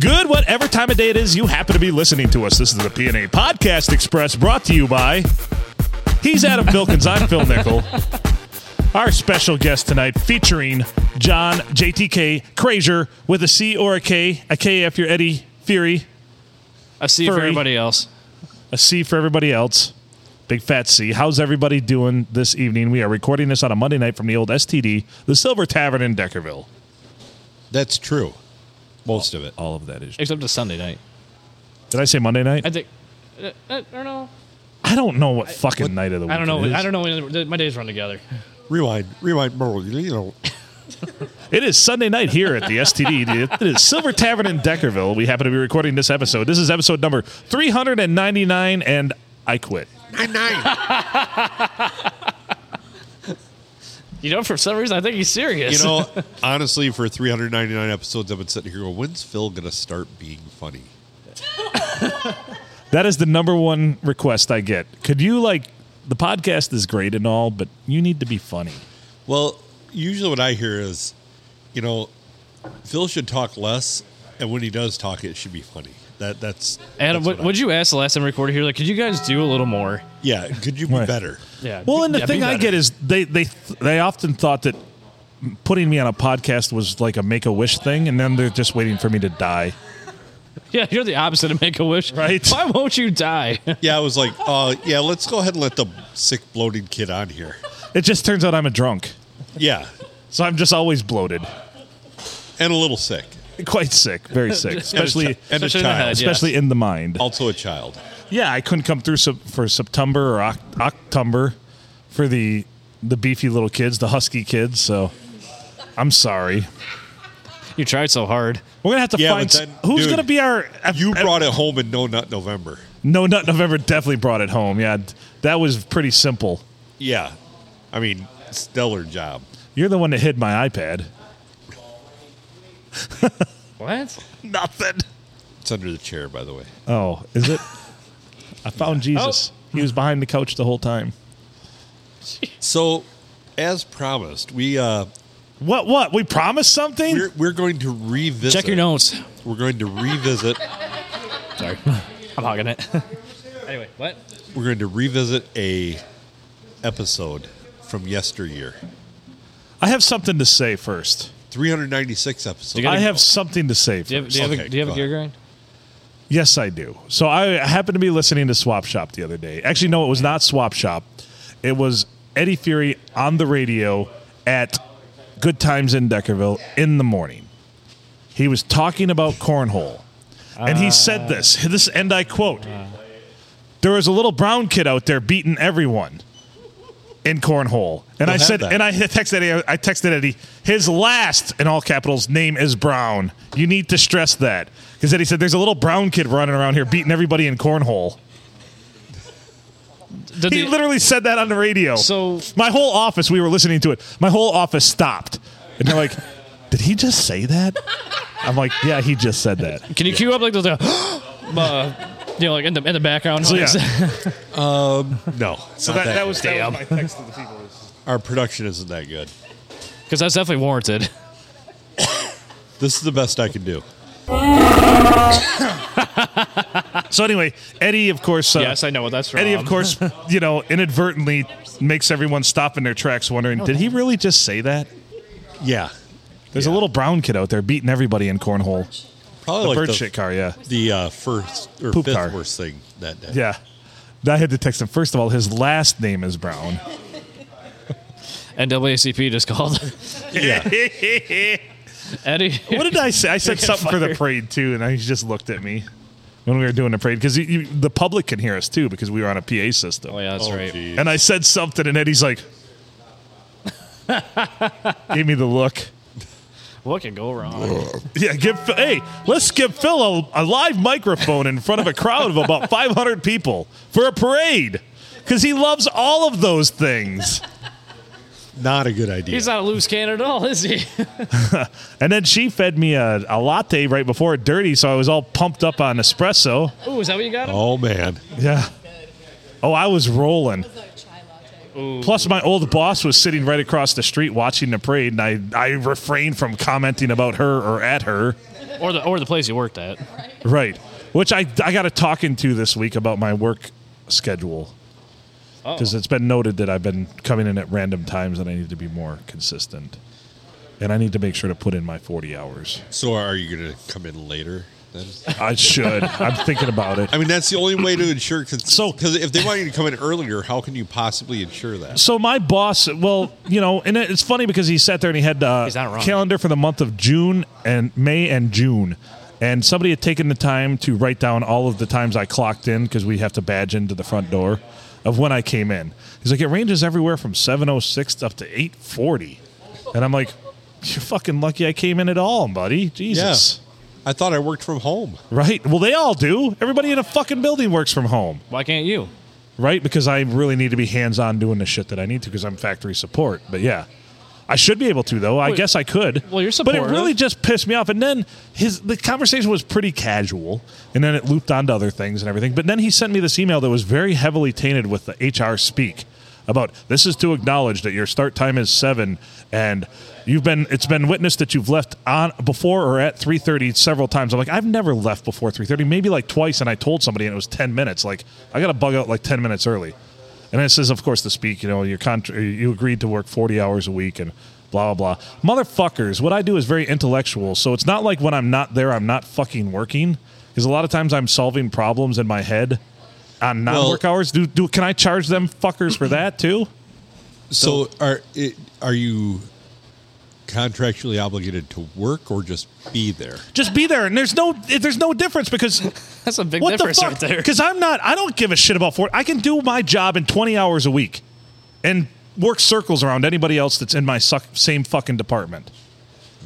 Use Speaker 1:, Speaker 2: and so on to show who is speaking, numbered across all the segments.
Speaker 1: good whatever time of day it is you happen to be listening to us. This is the PNA Podcast Express brought to you by He's Adam Vilkins, I'm Phil Nickel. Our special guest tonight featuring John JTK Crazier with a C or a K, a K if you're Eddie Fury,
Speaker 2: I see
Speaker 1: Furry.
Speaker 2: for everybody else.
Speaker 1: a C for everybody else. Big fat C. How's everybody doing this evening? We are recording this on a Monday night from the old STD, the Silver Tavern in Deckerville.
Speaker 3: That's true. Most of it.
Speaker 1: All of that is.
Speaker 2: Except it's Sunday night.
Speaker 1: Did I say Monday night?
Speaker 2: I think. uh, I don't know.
Speaker 1: I don't know what fucking night of the week
Speaker 2: I don't know.
Speaker 1: It is.
Speaker 2: I don't know. when- My days run together.
Speaker 3: Rewind, rewind, you know.
Speaker 1: It is Sunday night here at the STD. It is Silver Tavern in Deckerville. We happen to be recording this episode. This is episode number 399, and I quit.
Speaker 2: You know, for some reason, I think he's serious.
Speaker 3: You know, honestly, for 399 episodes, I've been sitting here going, when's Phil going to start being funny?
Speaker 1: That is the number one request I get. Could you, like, the podcast is great and all, but you need to be funny.
Speaker 3: Well, usually what I hear is, you know, Phil should talk less, and when he does talk, it should be funny. That That's.
Speaker 2: Adam,
Speaker 3: that's
Speaker 2: what,
Speaker 3: I-
Speaker 2: would you ask the last time we recorded here? Like, could you guys do a little more?
Speaker 3: Yeah, could you be
Speaker 1: Right.
Speaker 3: better?
Speaker 2: Yeah.
Speaker 1: Well,
Speaker 2: be-
Speaker 1: and the
Speaker 2: yeah, be
Speaker 1: thing I
Speaker 2: better.
Speaker 1: get is they they they often thought that putting me on a podcast was like a make a wish thing, and then they're just waiting for me to die.
Speaker 2: yeah, you're the opposite of Make a Wish,
Speaker 1: Right.
Speaker 2: Why won't you die?
Speaker 3: Yeah, I was like, uh, yeah, let's go ahead and let the sick, bloated kid on here.
Speaker 1: It just turns out I'm a drunk,
Speaker 3: Yeah,
Speaker 1: so I'm just always bloated,
Speaker 3: and a little sick.
Speaker 1: quite sick, very sick, especially
Speaker 3: And
Speaker 2: Especially
Speaker 3: a
Speaker 2: in the
Speaker 3: child.
Speaker 2: head, yeah.
Speaker 1: especially in the mind.
Speaker 3: Also a child.
Speaker 1: Yeah, I couldn't come through sep- for September or Oc- October for the the beefy little kids, the husky kids. So I'm sorry.
Speaker 2: you tried so hard.
Speaker 1: We're gonna have to
Speaker 3: Yeah,
Speaker 1: find
Speaker 3: but
Speaker 1: s-
Speaker 3: then,
Speaker 1: who's
Speaker 3: dude,
Speaker 1: gonna be our F-
Speaker 3: You
Speaker 1: F-
Speaker 3: brought it home in No Nut November.
Speaker 1: No Nut November definitely brought it home. Yeah, d- that was pretty simple.
Speaker 3: Yeah. I mean, stellar job.
Speaker 1: You're the one that hid my iPad.
Speaker 2: What?
Speaker 1: Nothing.
Speaker 3: It's under the chair, by the way.
Speaker 1: Oh, is it? I
Speaker 3: Oh.
Speaker 1: found Jesus. He was behind the couch the whole time.
Speaker 3: So, as promised, we uh,
Speaker 1: What? What? We promised something?
Speaker 3: we're, we're going to revisit.
Speaker 2: Check your notes.
Speaker 3: We're going to revisit.
Speaker 2: Sorry, I'm hogging it. anyway, what?
Speaker 3: We're going to revisit a episode from yesteryear.
Speaker 1: I have something to say first.
Speaker 3: 396 episode.
Speaker 2: You gotta-
Speaker 1: I have something to say. First.
Speaker 2: Do you have, do you have, a,
Speaker 3: Okay,
Speaker 2: do you have a
Speaker 3: go
Speaker 2: gear grind?
Speaker 1: Yes, I do. So I happened to be listening to Swap Shop the other day. Actually, no, it was not Swap Shop. It was Eddie Fury on the radio at Good Times in Deckerville in the morning. He was talking about cornhole. And he
Speaker 3: Ah.
Speaker 1: said this, this and I quote, there was a little brown kid out there beating everyone in cornhole. And I
Speaker 3: had
Speaker 1: said,
Speaker 3: that?
Speaker 1: and I texted Eddie, I texted Eddie, his last in all capitals name is Brown. You need to stress that. Because Eddie said, there's a little brown kid running around here beating everybody in cornhole.
Speaker 2: Did
Speaker 1: He
Speaker 2: the-
Speaker 1: literally said that on the radio.
Speaker 2: So-
Speaker 1: my whole office, we were listening to it. My whole office stopped. And they're like, did he just say that? I'm like, yeah, he just said that.
Speaker 2: can you cue up like those? Uh, uh, you know, like in the in the background.
Speaker 1: So, yeah. Um,
Speaker 3: no.
Speaker 1: So that, that, was, that was my text to the people.
Speaker 3: our production isn't that good.
Speaker 2: because that's definitely warranted.
Speaker 3: This is the best I can do.
Speaker 1: So anyway, Eddie, of course, uh,
Speaker 2: yes, I know what that's from.
Speaker 1: Eddie, of course, you know, inadvertently makes everyone stop in their tracks, wondering, did he really just say that?
Speaker 3: Yeah.
Speaker 1: There's a little brown kid out there beating everybody in cornhole.
Speaker 3: Probably
Speaker 1: The
Speaker 3: like
Speaker 1: bird
Speaker 3: the,
Speaker 1: shit car, yeah,
Speaker 3: the uh, first or
Speaker 1: Poop
Speaker 3: fifth
Speaker 1: car.
Speaker 3: worst thing that day.
Speaker 1: yeah. I had to text him. First of all, his last name is Brown.
Speaker 2: NAACP just called.
Speaker 3: Yeah.
Speaker 2: Eddie.
Speaker 1: What did I say? I said
Speaker 2: You're
Speaker 1: something for the
Speaker 2: fired.
Speaker 1: parade too, and I, he just looked at me when we were doing the parade because the public can hear us too because we were on a PA system.
Speaker 2: Oh yeah, that's
Speaker 3: Oh,
Speaker 2: right.
Speaker 3: geez.
Speaker 1: And I said something, and Eddie's like, gave me the look.
Speaker 2: What can go wrong?
Speaker 1: Yeah, give hey, let's give Phil a, a live microphone in front of a crowd of about 500 people for a parade because he loves all of those things.
Speaker 3: Not a good idea.
Speaker 2: He's not a loose cannon at all, is he?
Speaker 1: And then she fed me a, a latte right before it dirty, so I was all pumped up on espresso.
Speaker 2: Ooh, is that what you got him?
Speaker 3: oh, man.
Speaker 1: Yeah. Oh, I was rolling. Plus, my old boss was sitting right across the street watching the parade, and I, I refrained from commenting about her or at her.
Speaker 2: or the or the place you worked at.
Speaker 1: Right. Which I, I got to talk into this week about my work schedule. Because it's been noted that I've been coming in at random times and I need to be more consistent. And I need to make sure to put in my 40 hours.
Speaker 3: So are you going to come in later? Then?
Speaker 1: I should. I'm thinking about it.
Speaker 3: I mean, that's the only way to ensure. Cons-
Speaker 1: So-
Speaker 3: because if they want you to come in earlier, how can you possibly ensure that?
Speaker 1: So my boss, well, you know, and it- it's funny because he sat there and he had uh,
Speaker 2: He's not wrong.
Speaker 1: calendar for the month of June and May and June, and somebody had taken the time to write down all of the times I clocked in because we have to badge into the front door of when I came in. He's like, it ranges everywhere from seven oh six up to eight forty, and I'm like, you're fucking lucky I came in at all, buddy. Jesus.
Speaker 3: I thought I worked from home.
Speaker 1: Right. Well, they all do. Everybody in a fucking building works from home
Speaker 2: Why can't you?
Speaker 1: right? Because I really need to be hands on doing the shit that I need to because I'm factory support. But yeah, I should be able to though. I
Speaker 2: Well-
Speaker 1: guess I could.
Speaker 2: well, you're
Speaker 1: But
Speaker 2: supportive.
Speaker 1: it really just pissed me off. And then his the conversation was pretty casual, and then it looped onto other things and everything. But then he sent me this email that was very heavily tainted with the HR speak about this is to acknowledge that your start time is seven and you've been it's been witnessed that you've left on before or at 3.30 several times i'm like i've never left before 3.30 maybe like twice and i told somebody and it was 10 minutes like i gotta bug out like 10 minutes early and it says, of course, the speak, you know, your contra- you agreed to work 40 hours a week and blah, blah, blah. Motherfuckers, what I do is very intellectual. So it's not like when I'm not there, I'm not fucking working. Because a lot of times I'm solving problems in my head on non work
Speaker 3: Well-
Speaker 1: hours. Do, do, can I charge them fuckers for that too?
Speaker 3: So are it, are you contractually obligated to work or just be there?
Speaker 1: Just be there. And there's no, there's no difference because
Speaker 2: That's a big
Speaker 1: what the
Speaker 2: difference
Speaker 1: fuck?
Speaker 2: right there.
Speaker 1: Because I'm not, I don't give a shit about 40. I can do my job in 20 hours a week and work circles around anybody else that's in my suck, same fucking department.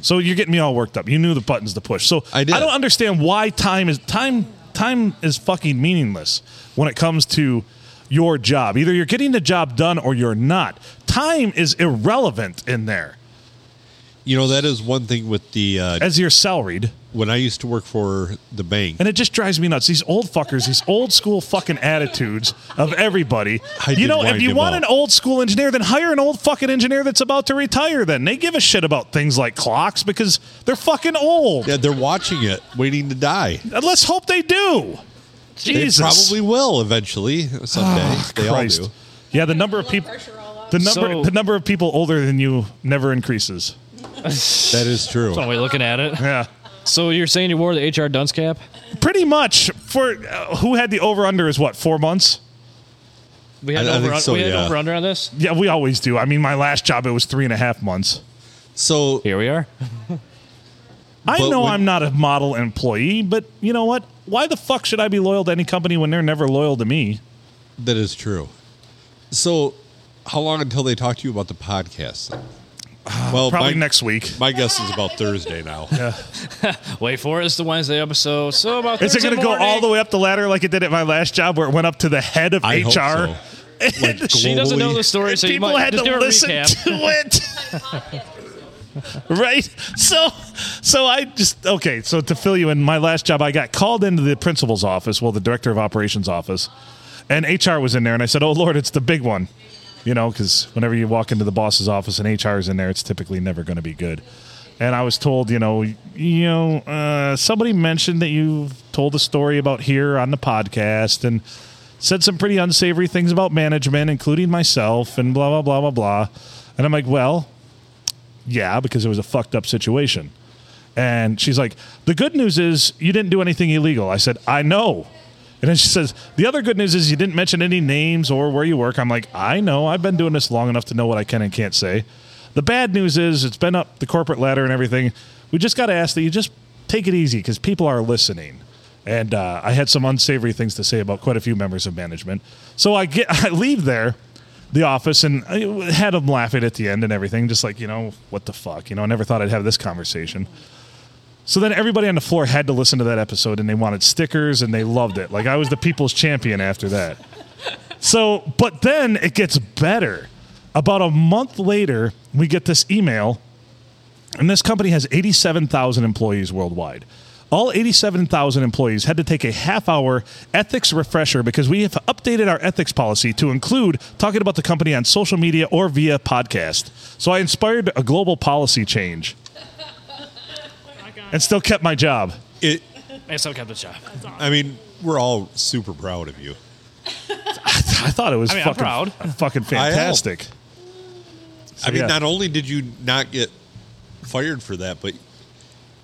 Speaker 1: So you're getting me all worked up. You knew the buttons to push. So
Speaker 3: I did.
Speaker 1: don't understand why time is time time is fucking meaningless when it comes to your job. Either you're getting the job done or you're not. Time is irrelevant in there
Speaker 3: You know that is one thing with the uh,
Speaker 1: as you're salaried.
Speaker 3: when I used to work for the bank.
Speaker 1: And it just drives me nuts. These old fuckers, these old school fucking attitudes of everybody.
Speaker 3: I
Speaker 1: you
Speaker 3: did
Speaker 1: know, if
Speaker 3: wind
Speaker 1: you
Speaker 3: him
Speaker 1: want
Speaker 3: up.
Speaker 1: an old school engineer, then hire an old fucking engineer that's about to retire then. They give a shit about things like clocks because they're fucking old.
Speaker 3: Yeah, they're watching it, waiting to die.
Speaker 1: And Let's hope they do. Jesus. Ah,
Speaker 3: They probably will eventually someday. they
Speaker 1: Christ.
Speaker 3: all do.
Speaker 1: Yeah, the number of
Speaker 4: Blood
Speaker 1: people
Speaker 4: pressure all up.
Speaker 1: the number
Speaker 2: So-
Speaker 1: the number of people older than you never increases.
Speaker 3: That is true.
Speaker 2: One way of looking at it.
Speaker 1: Yeah.
Speaker 2: So you're saying you wore the HR dunce cap?
Speaker 1: Pretty much for uh, who had the over under is what, 4 months?
Speaker 2: We had
Speaker 3: I- I
Speaker 2: over,
Speaker 3: think so,
Speaker 2: we had
Speaker 3: yeah.
Speaker 2: over under on this.
Speaker 1: Yeah, we always do. I mean, my last job it was three and a half months.
Speaker 3: So
Speaker 2: Here we are.
Speaker 1: I
Speaker 3: But
Speaker 1: know
Speaker 3: when-
Speaker 1: I'm not a model employee, but you know what? Why the fuck should I be loyal to any company when they're never loyal to me?
Speaker 3: that is true. So how long until they talk to you about the podcast? then? Well,
Speaker 1: Uh, Probably
Speaker 3: my,
Speaker 1: next week.
Speaker 3: My guess is about Thursday now.
Speaker 2: Wait for it. It's the Wednesday episode. So about
Speaker 1: Is it
Speaker 2: going to
Speaker 1: go all the way up the ladder like it did at my last job where it went up to the head of
Speaker 3: I
Speaker 1: HR?
Speaker 3: hope so.
Speaker 1: And-
Speaker 2: She doesn't know
Speaker 3: Globally.
Speaker 2: the story,
Speaker 1: and
Speaker 2: so you
Speaker 1: people
Speaker 2: might
Speaker 1: had
Speaker 2: just
Speaker 1: to
Speaker 2: give her a
Speaker 1: listen
Speaker 2: recap.
Speaker 1: to it. right? So so I just okay, so to fill you in, my last job I got called into the principal's office, well the director of operations office, and HR was in there and I said, "Oh lord, it's the big one." You know, cuz whenever you walk into the boss's office and HR is in there, it's typically never going to be good. And I was told, you know, you know, uh, somebody mentioned that you've told a story about here on the podcast and said some pretty unsavory things about management, including myself, and blah, blah, blah, blah, blah. And I'm like, well, yeah, because it was a fucked up situation. And she's like, the good news is you didn't do anything illegal. I said, I know. And then she says, the other good news is you didn't mention any names or where you work. I'm like, I know. I've been doing this long enough to know what I can and can't say. The bad news is it's been up the corporate ladder and everything. We just got to ask that you just take it easy because people are listening. And uh, I had some unsavory things to say about quite a few members of management. So I get, I leave there the office and I had them laughing at the end and everything, just like, you know, what the fuck? You know, I never thought I'd have this conversation. So then everybody on the floor had to listen to that episode and they wanted stickers and they loved it. Like I was the people's champion after that. So, but then it gets better. About a month later, we get this email, and this company has 87,000 employees worldwide. All 87,000 employees had to take a half hour ethics refresher because we have updated our ethics policy to include talking about the company on social media or via podcast. So I inspired a global policy change. and still kept my job.
Speaker 3: It,
Speaker 2: And so kept the job.
Speaker 3: I mean, we're all super proud of you.
Speaker 1: I thought it was
Speaker 2: I mean, I'm
Speaker 1: fucking,
Speaker 2: proud.
Speaker 1: fucking fantastic.
Speaker 3: I mean,
Speaker 1: yeah.
Speaker 3: not only did you not get fired for that, but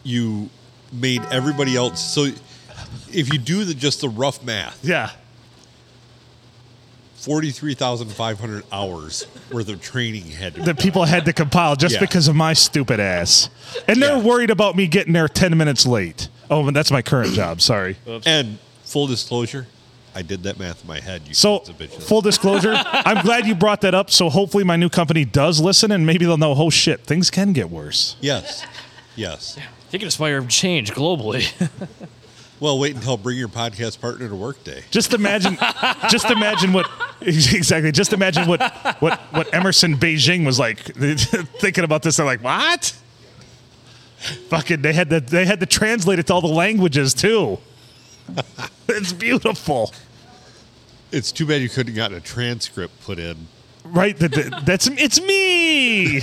Speaker 3: you made everybody else. So if you do the, just the rough math,
Speaker 1: Yeah.
Speaker 3: 43,500 hours worth of training had to be
Speaker 1: That people had to compile just
Speaker 3: Yeah.
Speaker 1: because of my stupid ass. And they're
Speaker 3: Yeah.
Speaker 1: worried about me getting there 10 minutes late. Oh, and that's my current job. Sorry.
Speaker 3: And full disclosure, I did that math in my head. You
Speaker 1: So,
Speaker 3: sons of bitches.
Speaker 1: full disclosure, I'm glad you brought that up. So, hopefully, my new company does listen and maybe they'll know, oh shit, things can get worse.
Speaker 3: yes, yes.
Speaker 2: You can inspire change globally.
Speaker 3: Well, wait until bring your podcast partner to work day.
Speaker 1: Just imagine, just imagine what exactly. Just imagine what what what Emerson Beijing was like thinking about this. They're like, what? Fucking, they had to they had to translate it to all the languages too. It's beautiful,
Speaker 3: It's too bad you couldn't have gotten a transcript put in.
Speaker 1: right? That- that- that's it's me.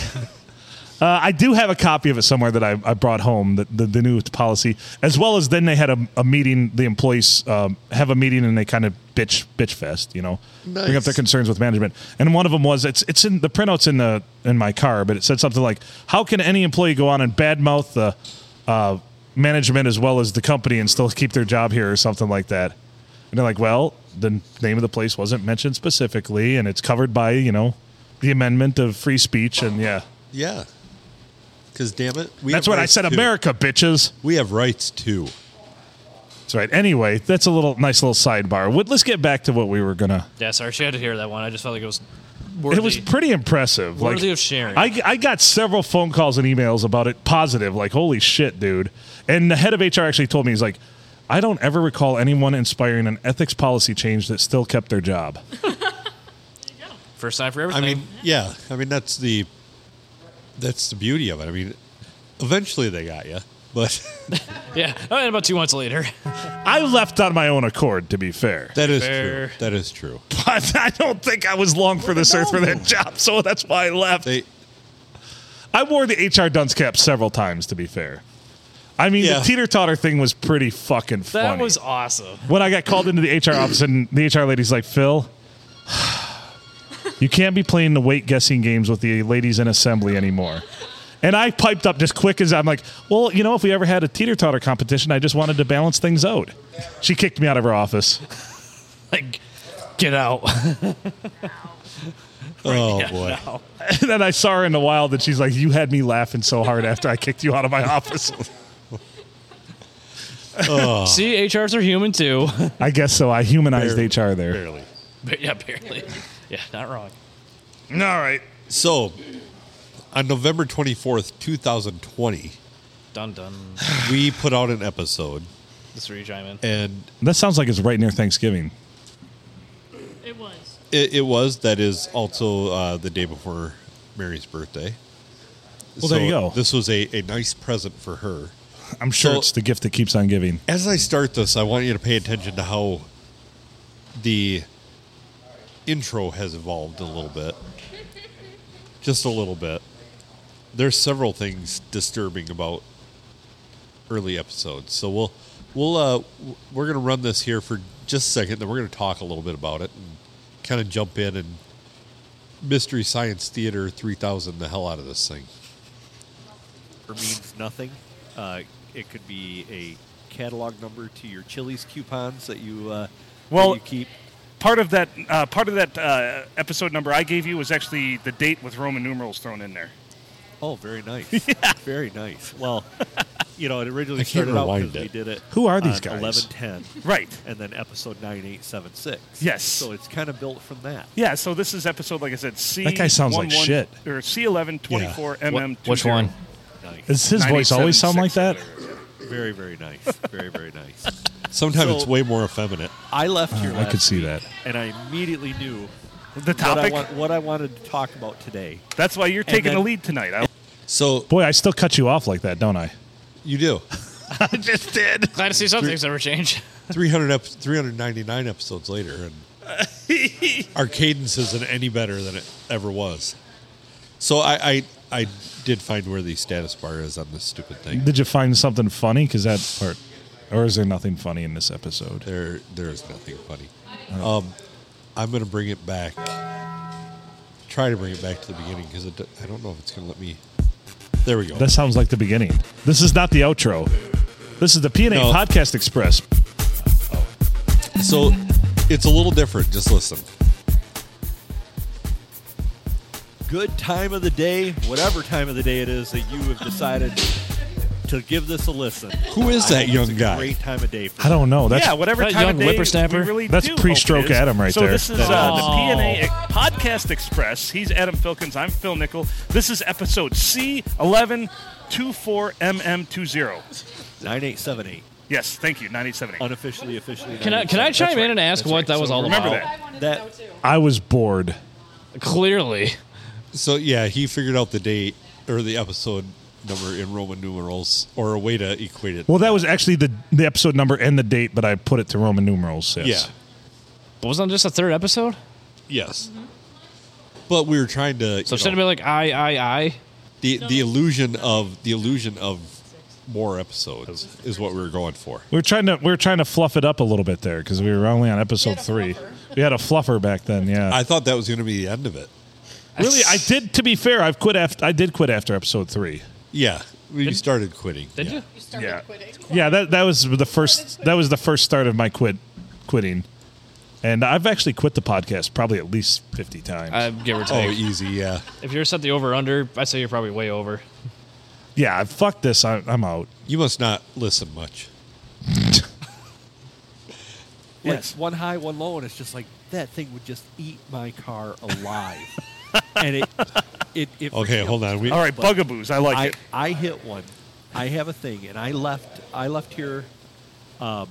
Speaker 1: Uh, I do have a copy of it somewhere that I, I brought home, the, the, the new policy, as well as then they had a, a meeting. The employees um, have a meeting and they kind of bitch bitch fest, you know, bring up
Speaker 3: Nice.
Speaker 1: their concerns with management. And one of them was it's it's in the printout's in the in my car, but it said something like, "How can any employee go on and badmouth the uh, management as well as the company and still keep their job here or something like that?" And they're like, "Well, the name of the place wasn't mentioned specifically, and it's covered by you know the amendment of free speech and yeah."
Speaker 3: Yeah. Because damn it, we
Speaker 1: That's
Speaker 3: have
Speaker 1: what I
Speaker 3: rights,
Speaker 1: said,
Speaker 3: too.
Speaker 1: America, bitches.
Speaker 3: We have rights too.
Speaker 1: That's right. Anyway, that's a little nice little sidebar. Would- Let's get back to what we were gonna.
Speaker 2: yeah, sorry, she had to hear that one. I just felt like it was worthy.
Speaker 1: It was pretty impressive.
Speaker 2: Worthy of sharing.
Speaker 1: I, I got several phone calls and emails about it, positive. Like, holy shit, dude! And the head of HR actually told me he's like, I don't ever recall anyone inspiring an ethics policy change that still kept their job.
Speaker 2: first time for
Speaker 3: I
Speaker 2: everything.
Speaker 3: mean, yeah. I mean, that's the that's the beauty of it. I mean, eventually they got you, but
Speaker 2: yeah. Oh, and about two months later.
Speaker 1: I left on my own accord, to be fair.
Speaker 3: that is
Speaker 2: Fair.
Speaker 3: true. That is true.
Speaker 1: But I don't think I was long for this earth for that job, so that's why I left.
Speaker 3: They
Speaker 1: I wore the HR dunce cap several times, to be fair. I mean,
Speaker 3: Yeah.
Speaker 1: the teeter totter thing was pretty fucking
Speaker 2: That
Speaker 1: funny.
Speaker 2: was awesome.
Speaker 1: when I got called into the HR office, and the HR lady's like, Phil, you can't be playing the weight guessing games with the ladies in assembly anymore. And I piped up just quick as I'm like, well, you know, if we ever had a teeter totter competition, I just wanted to balance things out. She kicked me out of her office.
Speaker 2: Like, get out.
Speaker 3: oh
Speaker 2: Yeah,
Speaker 3: boy,
Speaker 2: no.
Speaker 1: And then I saw her in the wild, and she's like, you had me laughing so hard after I kicked you out of my office.
Speaker 2: See, HRs are human too.
Speaker 1: I guess so. I humanized HR there.
Speaker 3: barely.
Speaker 2: but yeah, barely. Yeah, not wrong.
Speaker 1: All right.
Speaker 3: So, on November twenty fourth, two thousand twenty,
Speaker 2: Dun dun.
Speaker 3: we put out an episode,
Speaker 2: This is where you chime in.
Speaker 3: and
Speaker 1: That sounds like it's right near Thanksgiving.
Speaker 4: It was.
Speaker 3: It, it was. That is also uh, the day before Mary's birthday.
Speaker 1: Well, there you go.
Speaker 3: This was a, a nice present for her.
Speaker 1: I'm sure
Speaker 3: So-
Speaker 1: it's the gift that keeps on giving.
Speaker 3: As I start this, I want you to pay attention to how the intro has evolved a little bit. Just a little bit. There's several things disturbing about early episodes. So we'll we'll uh, w- we're going to run this here for just a second then we're going to talk a little bit about it and kind of jump in and Mystery Science Theater 3000 the hell out of this thing.
Speaker 5: or means nothing. Uh, it could be a catalog number to your Chili's coupons that you uh,
Speaker 6: Well-
Speaker 5: that you keep.
Speaker 6: part of that uh, part of that uh, episode number I gave you was actually the date with Roman numerals thrown in there.
Speaker 5: Oh, very nice, very nice. Well, you know, it originally
Speaker 3: I can't
Speaker 5: started out
Speaker 3: rewind
Speaker 5: because we
Speaker 3: it.
Speaker 5: did it.
Speaker 1: Who are these guys?
Speaker 5: on Eleven ten,
Speaker 6: Right.
Speaker 5: and then episode nine eight seven six.
Speaker 6: Yes.
Speaker 5: So it's kind of built from that.
Speaker 6: Yeah. So this is episode, like I said, C.
Speaker 1: That guy sounds like
Speaker 6: one-
Speaker 1: shit.
Speaker 6: Or C eleven twenty four mm.
Speaker 2: Wh- which one?
Speaker 5: Nice.
Speaker 1: Does his voice always sound like that?
Speaker 5: Very very nice. very very nice.
Speaker 3: Sometimes
Speaker 5: So-
Speaker 3: it's way more effeminate.
Speaker 5: I left here.
Speaker 1: I
Speaker 5: last
Speaker 1: could see
Speaker 5: week,
Speaker 1: that.
Speaker 5: and I immediately knew
Speaker 6: The
Speaker 5: what I,
Speaker 6: topic.
Speaker 5: wa- what I wanted to talk about today.
Speaker 6: That's why you're taking
Speaker 5: then-
Speaker 6: the lead tonight. I,
Speaker 3: So
Speaker 1: Boy, I still cut you off like that, don't I?
Speaker 3: you do.
Speaker 1: I just did.
Speaker 2: Glad to see some things never change.
Speaker 3: 300 ep- 399 episodes later, and our cadence isn't any better than it ever was. So I, I I did find where the status bar is on this stupid thing.
Speaker 1: Did you find something funny? Because that part, or is there nothing funny in this episode?
Speaker 3: There, there is nothing funny. Um, I'm gonna bring it back. Try to bring it back to the beginning because I don't know if it's gonna let me. There we go.
Speaker 1: That sounds like the beginning. This is not the outro. This is the PNA
Speaker 3: No.
Speaker 1: Podcast Express.
Speaker 3: so it's a little different. Just listen.
Speaker 5: Good time of the day, whatever time of the day it is that you have decided to give this a listen.
Speaker 3: Who is that
Speaker 5: I hope it's
Speaker 3: young
Speaker 5: a
Speaker 3: guy?
Speaker 5: Great time of day. For
Speaker 1: I don't know. That's
Speaker 6: yeah, whatever
Speaker 2: that
Speaker 6: time
Speaker 2: young
Speaker 6: of day
Speaker 2: whippersnapper? Oh.
Speaker 6: we really
Speaker 1: That's
Speaker 6: do hope
Speaker 1: pre-stroke
Speaker 6: it is.
Speaker 1: Adam right
Speaker 6: so
Speaker 1: there.
Speaker 6: this is
Speaker 1: That
Speaker 6: uh,
Speaker 2: is.
Speaker 6: the PNA Podcast Express. He's Adam Filkins. I'm Phil Nickel. This is episode C1124MM20.
Speaker 5: 9878.
Speaker 6: Yes, thank you. 9878.
Speaker 5: Unofficially, officially.
Speaker 2: Can I can I
Speaker 5: 9878.
Speaker 2: chime in and ask what that was all
Speaker 6: remember
Speaker 2: about?
Speaker 6: that.
Speaker 4: I wanted
Speaker 5: That-
Speaker 4: to know too.
Speaker 1: I was bored.
Speaker 2: Clearly,
Speaker 3: So yeah, he figured out the date or the episode number in Roman numerals or a way to equate it.
Speaker 1: Well, that was actually the the episode number and the date, but I put it to Roman numerals. Yes.
Speaker 3: Yeah.
Speaker 2: wasn't it just the third episode?
Speaker 3: Yes. But we were trying to
Speaker 2: So
Speaker 3: you
Speaker 2: should have
Speaker 3: know,
Speaker 2: been like I I I.
Speaker 3: the the illusion of the illusion of more episodes is what we were going for.
Speaker 1: We were trying to we were trying to fluff it up a little bit there because we were only on episode
Speaker 4: a
Speaker 1: three.
Speaker 4: fluffer.
Speaker 1: We had a fluffer back then. Yeah.
Speaker 3: I thought that was going to be the end of it.
Speaker 1: really, I did. To be fair, I've quit. After, I did quit after episode three.
Speaker 3: Yeah, we started quitting.
Speaker 2: Did
Speaker 3: yeah.
Speaker 2: you?
Speaker 4: You started
Speaker 1: Yeah.
Speaker 4: quitting.
Speaker 1: Yeah, that that was the first that was the first start of my quit quitting. And I've actually quit the podcast probably at least 50 times.
Speaker 2: I Uh, give or
Speaker 3: Oh,
Speaker 2: take.
Speaker 3: easy. Yeah.
Speaker 2: If you're set the over under, I say you're probably way over.
Speaker 1: yeah, fuck this. I, I'm out.
Speaker 3: You must not listen much.
Speaker 5: Like,
Speaker 6: Yes.
Speaker 5: One high, one low, and it's just like that thing would just eat my car alive. and it, it, it
Speaker 3: Okay,
Speaker 5: freaked
Speaker 3: hold
Speaker 5: me out.
Speaker 3: on. We
Speaker 6: All right,
Speaker 5: But-
Speaker 6: bugaboos. I Oh, like
Speaker 5: I,
Speaker 6: it.
Speaker 5: I hit one. I have a thing, and I left. I left here. Um,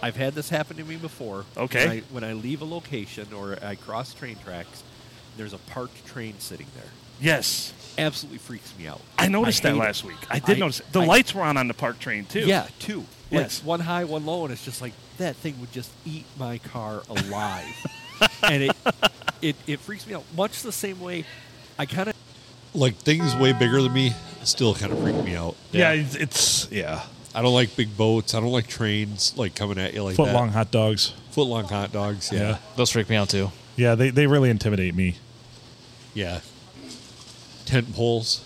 Speaker 5: I've had this happen to me before.
Speaker 6: Okay.
Speaker 5: When I, when I leave a location or I cross train tracks, there's a parked train sitting there.
Speaker 6: Yes.
Speaker 5: Absolutely freaks me out.
Speaker 6: I noticed that
Speaker 5: hate it.
Speaker 6: last week. I did
Speaker 5: I-
Speaker 6: notice. it. The
Speaker 5: I-
Speaker 6: lights were on on the park train, too.
Speaker 5: Yeah, two. Like,
Speaker 6: Yes.
Speaker 5: one high, one low, and it's just like that thing would just eat my car alive. and it, it it freaks me out. Much the same way, I kind of
Speaker 3: like things way bigger than me still kind of freak me out.
Speaker 1: Yeah, it's, it's yeah.
Speaker 3: I don't like big boats. I don't like trains like coming at you like
Speaker 1: Foot
Speaker 3: that.
Speaker 1: long hot dogs.
Speaker 3: foot long hot dogs. Yeah.
Speaker 1: Yeah.
Speaker 2: Those freak me out too.
Speaker 1: Yeah, they, they really intimidate me.
Speaker 3: Yeah. Tent poles,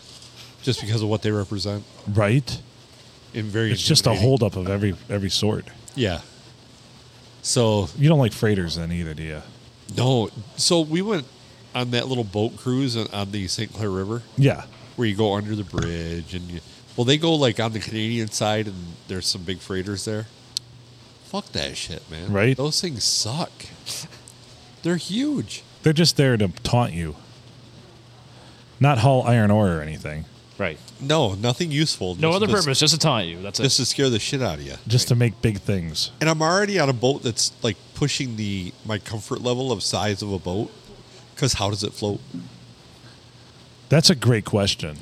Speaker 3: just because of what they represent.
Speaker 1: Right?
Speaker 3: And very.
Speaker 1: It's just a
Speaker 3: intimidating.
Speaker 1: holdup of every every sort.
Speaker 3: Yeah. So
Speaker 1: You don't like freighters then either, do you?
Speaker 3: no. So we went on that little boat cruise on- on the St. Clair River
Speaker 1: Yeah.
Speaker 3: where you go under the bridge and you. Well, they go like on the Canadian side, and there's some big freighters there. Fuck that shit, man.
Speaker 1: Right?
Speaker 3: Those things suck. They're huge.
Speaker 1: They're just there to taunt you. Not haul iron ore or anything.
Speaker 2: Right.
Speaker 3: No, nothing useful.
Speaker 2: No
Speaker 3: Just-
Speaker 2: other
Speaker 3: just-
Speaker 2: purpose, just to taunt you. That's it.
Speaker 3: Just to scare the shit out of you.
Speaker 1: Just to make big things.
Speaker 3: and I'm already on a boat that's like pushing the my comfort level of size of a boat. Because how does it float?
Speaker 1: That's a great question.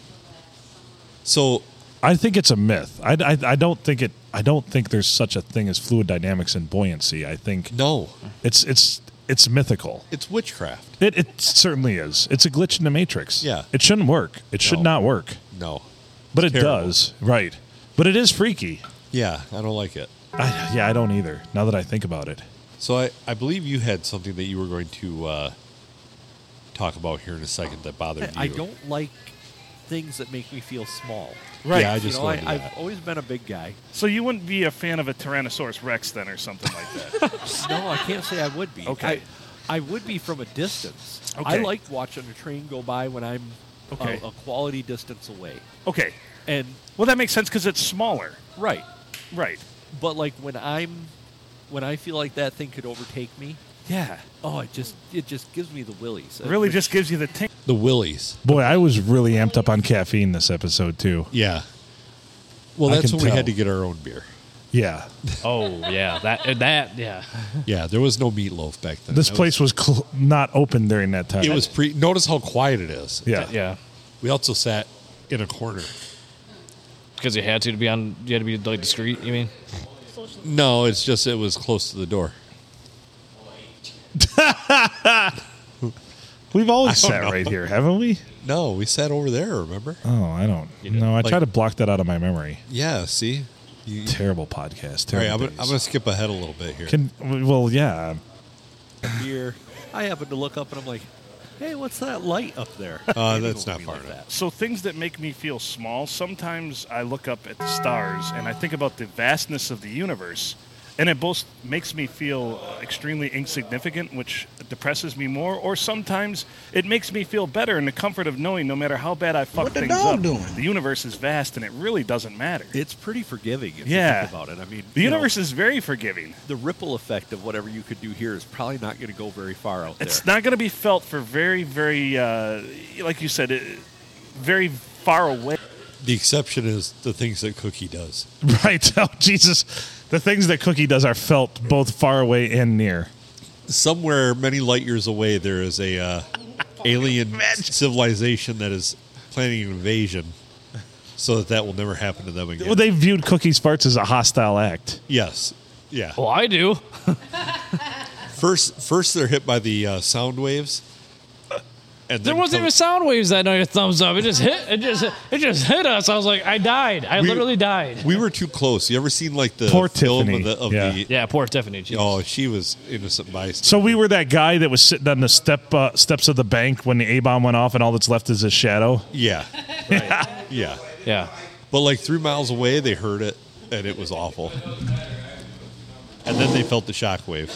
Speaker 3: So
Speaker 1: I think it's a myth. I, I, I don't think it. I don't think there's such a thing as fluid dynamics and buoyancy. I think
Speaker 3: no,
Speaker 1: it's it's it's mythical.
Speaker 3: it's witchcraft.
Speaker 1: It, it certainly is. It's a glitch in the matrix.
Speaker 3: Yeah.
Speaker 1: it shouldn't work. It should
Speaker 3: No.
Speaker 1: not work,
Speaker 3: No,
Speaker 1: but it
Speaker 3: It's terrible.
Speaker 1: does. Right, but it is freaky.
Speaker 3: yeah, I don't like it.
Speaker 1: I, yeah, I don't either. Now that I think about it,
Speaker 3: So I I believe you had something that you were going to uh, talk about here in a second that bothered you.
Speaker 5: I don't like things that make me feel small.
Speaker 3: Right. Yeah, I
Speaker 5: You
Speaker 3: just
Speaker 5: know, I,
Speaker 3: learned that.
Speaker 5: I've always been a big guy.
Speaker 6: So you wouldn't be a fan of a Tyrannosaurus Rex then or something like that.
Speaker 5: No, I can't say I would be.
Speaker 6: Okay.
Speaker 5: I, I would be from a distance. I
Speaker 6: Okay.
Speaker 5: like watching a train go by when I'm a-
Speaker 6: Okay.
Speaker 5: a, quality distance away.
Speaker 6: okay.
Speaker 5: And
Speaker 6: Well, that makes sense because it's smaller.
Speaker 5: right,
Speaker 6: Right.
Speaker 5: but like when I'm when I feel like that thing could overtake me,
Speaker 6: Yeah.
Speaker 5: oh, it just it just gives me the willies. Uh,
Speaker 6: Really
Speaker 5: which-
Speaker 6: just gives you the ting.
Speaker 3: the willies.
Speaker 1: boy, I was really amped up on caffeine this episode too.
Speaker 3: Yeah. Well,
Speaker 1: I
Speaker 3: that's
Speaker 1: can
Speaker 3: when we had
Speaker 1: tell.
Speaker 3: to get our own beer.
Speaker 1: Yeah,
Speaker 2: oh yeah, that that yeah.
Speaker 3: Yeah, there was no meatloaf back then.
Speaker 1: this
Speaker 3: That
Speaker 1: place was cl- not open during that time.
Speaker 3: was. It was pre. Notice how quiet it is.
Speaker 1: Yeah.
Speaker 2: Yeah.
Speaker 3: We also sat in a corner.
Speaker 2: Because you had to to be on, you had to be like discreet. You mean?
Speaker 4: Social
Speaker 3: No, it's just it was close to the door.
Speaker 1: We've always
Speaker 3: I don't
Speaker 1: sat
Speaker 3: know.
Speaker 1: right here, haven't we?
Speaker 3: No, we sat over there, remember?
Speaker 1: Oh, I don't.
Speaker 2: did.
Speaker 1: No, I
Speaker 3: Like-
Speaker 1: try to block that out of my memory.
Speaker 3: Yeah, see? You,
Speaker 1: Terrible podcast.
Speaker 3: all right,
Speaker 1: Terrible
Speaker 3: I'm, gonna-
Speaker 1: days.
Speaker 3: I'm going to skip ahead a little bit here.
Speaker 1: Can well, yeah.
Speaker 5: Here, I happen to look up and I'm like, hey, what's that light up there?
Speaker 3: Uh,
Speaker 5: Maybe
Speaker 3: that's
Speaker 5: it'll
Speaker 3: not
Speaker 5: be
Speaker 3: far
Speaker 5: like
Speaker 3: enough.
Speaker 6: So things that make me feel small. Sometimes I look up at the stars and I think about the vastness of the universe, and it both makes me feel uh, extremely insignificant, which depresses me more. Or sometimes it makes me feel better in the comfort of knowing, no matter how bad I fuck
Speaker 7: What the
Speaker 6: things
Speaker 7: dog
Speaker 6: up,
Speaker 7: doing?
Speaker 6: the universe is vast and it really doesn't matter.
Speaker 5: It's pretty forgiving if
Speaker 6: Yeah.
Speaker 5: you think about it. I mean,
Speaker 6: the
Speaker 5: you know,
Speaker 6: universe is very forgiving.
Speaker 5: the ripple effect of whatever you could do here is probably not going to go very far out there.
Speaker 6: It's not going to be felt for very, very, uh, like you said, uh, very far away.
Speaker 3: The exception is the things that Cookie does.
Speaker 1: Right. Oh Jesus, the things that Cookie does are felt both far away and near.
Speaker 3: Somewhere many light years away, there is a uh, alien civilization that is planning an invasion so that that will never happen to them again.
Speaker 1: Well, they viewed Cookie's farts as a hostile act.
Speaker 3: yes. Yeah.
Speaker 2: Well, I do.
Speaker 3: First, first they're hit by the uh, sound waves. And
Speaker 2: There
Speaker 3: then
Speaker 2: wasn't
Speaker 3: come-
Speaker 2: even sound waves that night. of Thumbs up. It just hit. It just. It just hit us. I was like, I died. I
Speaker 3: We-
Speaker 2: literally died.
Speaker 3: We were too close. You ever seen like the
Speaker 1: Poor
Speaker 3: film
Speaker 1: Tiffany.
Speaker 3: of the, of
Speaker 1: Yeah.
Speaker 3: the
Speaker 2: yeah, poor Tiffany. Jesus.
Speaker 3: Oh, she was innocent bystander.
Speaker 1: So we were that guy that was sitting on the step uh, steps of the bank when the A bomb went off, and all that's left is his shadow.
Speaker 3: Yeah. Yeah.
Speaker 2: Yeah.
Speaker 3: But like three miles away, they heard it and it was awful. And then they felt the shockwave.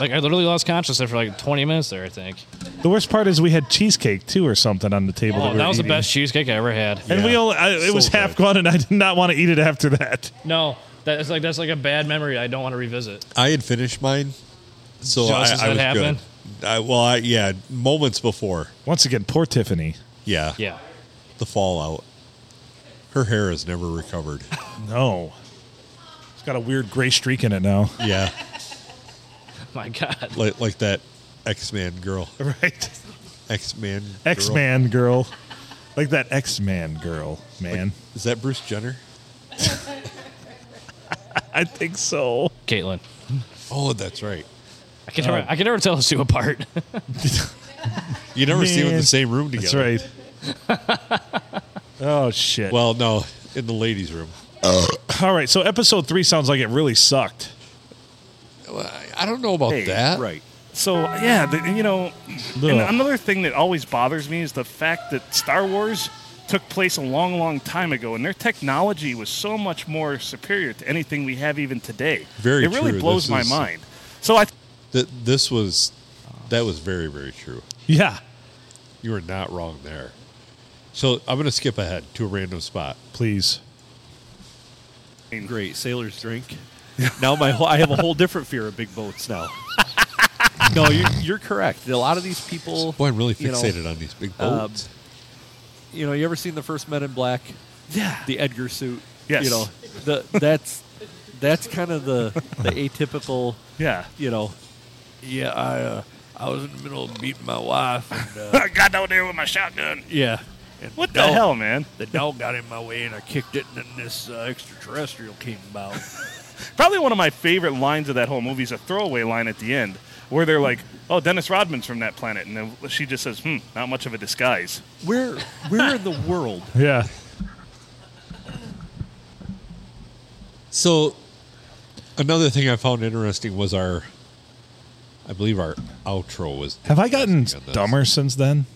Speaker 2: Like I literally lost consciousness for like 20 minutes there. I think.
Speaker 1: The worst part is we had cheesecake too, or something, on the table.
Speaker 2: Oh,
Speaker 1: that, we
Speaker 2: that
Speaker 1: were
Speaker 2: was the
Speaker 1: eating.
Speaker 2: best cheesecake I ever had.
Speaker 1: And
Speaker 3: Yeah.
Speaker 1: we all, I, it
Speaker 3: So
Speaker 1: was half
Speaker 3: good.
Speaker 1: gone, and I did not want to eat it after that.
Speaker 2: No, that's like that's like a bad memory. I don't want to revisit.
Speaker 3: I had finished mine, so
Speaker 2: Just
Speaker 3: I,
Speaker 2: as
Speaker 3: I
Speaker 2: that
Speaker 3: was
Speaker 2: happened?
Speaker 3: good. I, well, I, yeah, moments before,
Speaker 1: Once again, poor Tiffany.
Speaker 3: yeah,
Speaker 2: Yeah.
Speaker 3: the fallout. Her hair has never recovered.
Speaker 1: No, it's got a weird gray streak in it now.
Speaker 3: yeah,
Speaker 2: My God.
Speaker 3: like like that X Man girl,
Speaker 1: Right,
Speaker 3: X Man,
Speaker 1: X Man girl, like that X Man girl, man.
Speaker 3: Is that Bruce Jenner?
Speaker 1: I think so.
Speaker 2: Caitlin. Um,
Speaker 3: Oh, that's right.
Speaker 2: I can never. I can never tell those two apart.
Speaker 3: You never see them in
Speaker 1: Man.
Speaker 3: the same room together.
Speaker 1: That's right. oh shit. Well,
Speaker 3: Well, no, in the ladies' room.
Speaker 1: all right. So episode three sounds like it really sucked.
Speaker 3: I don't know about
Speaker 6: Hey,
Speaker 3: that.
Speaker 5: right.
Speaker 6: So yeah, the, you know, and
Speaker 1: Ugh.
Speaker 6: another thing that always bothers me is the fact that Star Wars took place a long, long time ago, and their technology was so much more superior to anything we have even today.
Speaker 3: Very
Speaker 6: it really
Speaker 3: true.
Speaker 6: blows
Speaker 3: This
Speaker 6: my
Speaker 3: is-
Speaker 6: mind. So I,
Speaker 3: Th- this was, that was very, very true.
Speaker 1: Yeah.
Speaker 3: You are not wrong there. So I'm going to skip ahead to a random spot.
Speaker 1: Please.
Speaker 5: Great. Sailors drink. now my whole, I have a whole different fear of big boats now. no, you're, you're correct. A lot of these people.
Speaker 3: Boy, I'm really
Speaker 5: you know,
Speaker 3: fixated on these big
Speaker 5: um,
Speaker 3: boats.
Speaker 5: you know, you ever seen the first Men in Black?
Speaker 6: yeah,
Speaker 5: The Edgar suit.
Speaker 6: Yes.
Speaker 5: You know, the, that's that's kind of the the atypical.
Speaker 6: yeah.
Speaker 5: You know. Yeah, I uh, I was in the middle of beating my wife. And, uh,
Speaker 6: I got down there with my shotgun.
Speaker 5: yeah. And
Speaker 6: What the hell, man?
Speaker 5: The dog got in my way, and I kicked it, and then this uh, extraterrestrial came about.
Speaker 6: Probably one of my favorite lines of that whole movie is a throwaway line at the end where they're like, "Oh, Dennis Rodman's from that planet," and then she just says, "Hmm, not much of a disguise."
Speaker 5: Where, where in the world?
Speaker 1: Yeah.
Speaker 3: So, another thing I found interesting was our, I believe our outro was.
Speaker 1: Have I gotten
Speaker 3: Yeah, that's-
Speaker 1: dumber since then?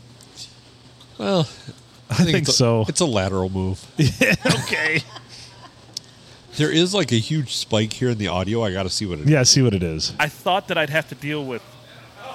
Speaker 3: Well, I,
Speaker 1: think
Speaker 3: it's a-
Speaker 1: so.
Speaker 3: It's a lateral move.
Speaker 1: okay.
Speaker 3: There is like a huge spike here in the audio. I got to see what it is.
Speaker 1: Yeah. See what it is.
Speaker 6: I thought that I'd have to deal with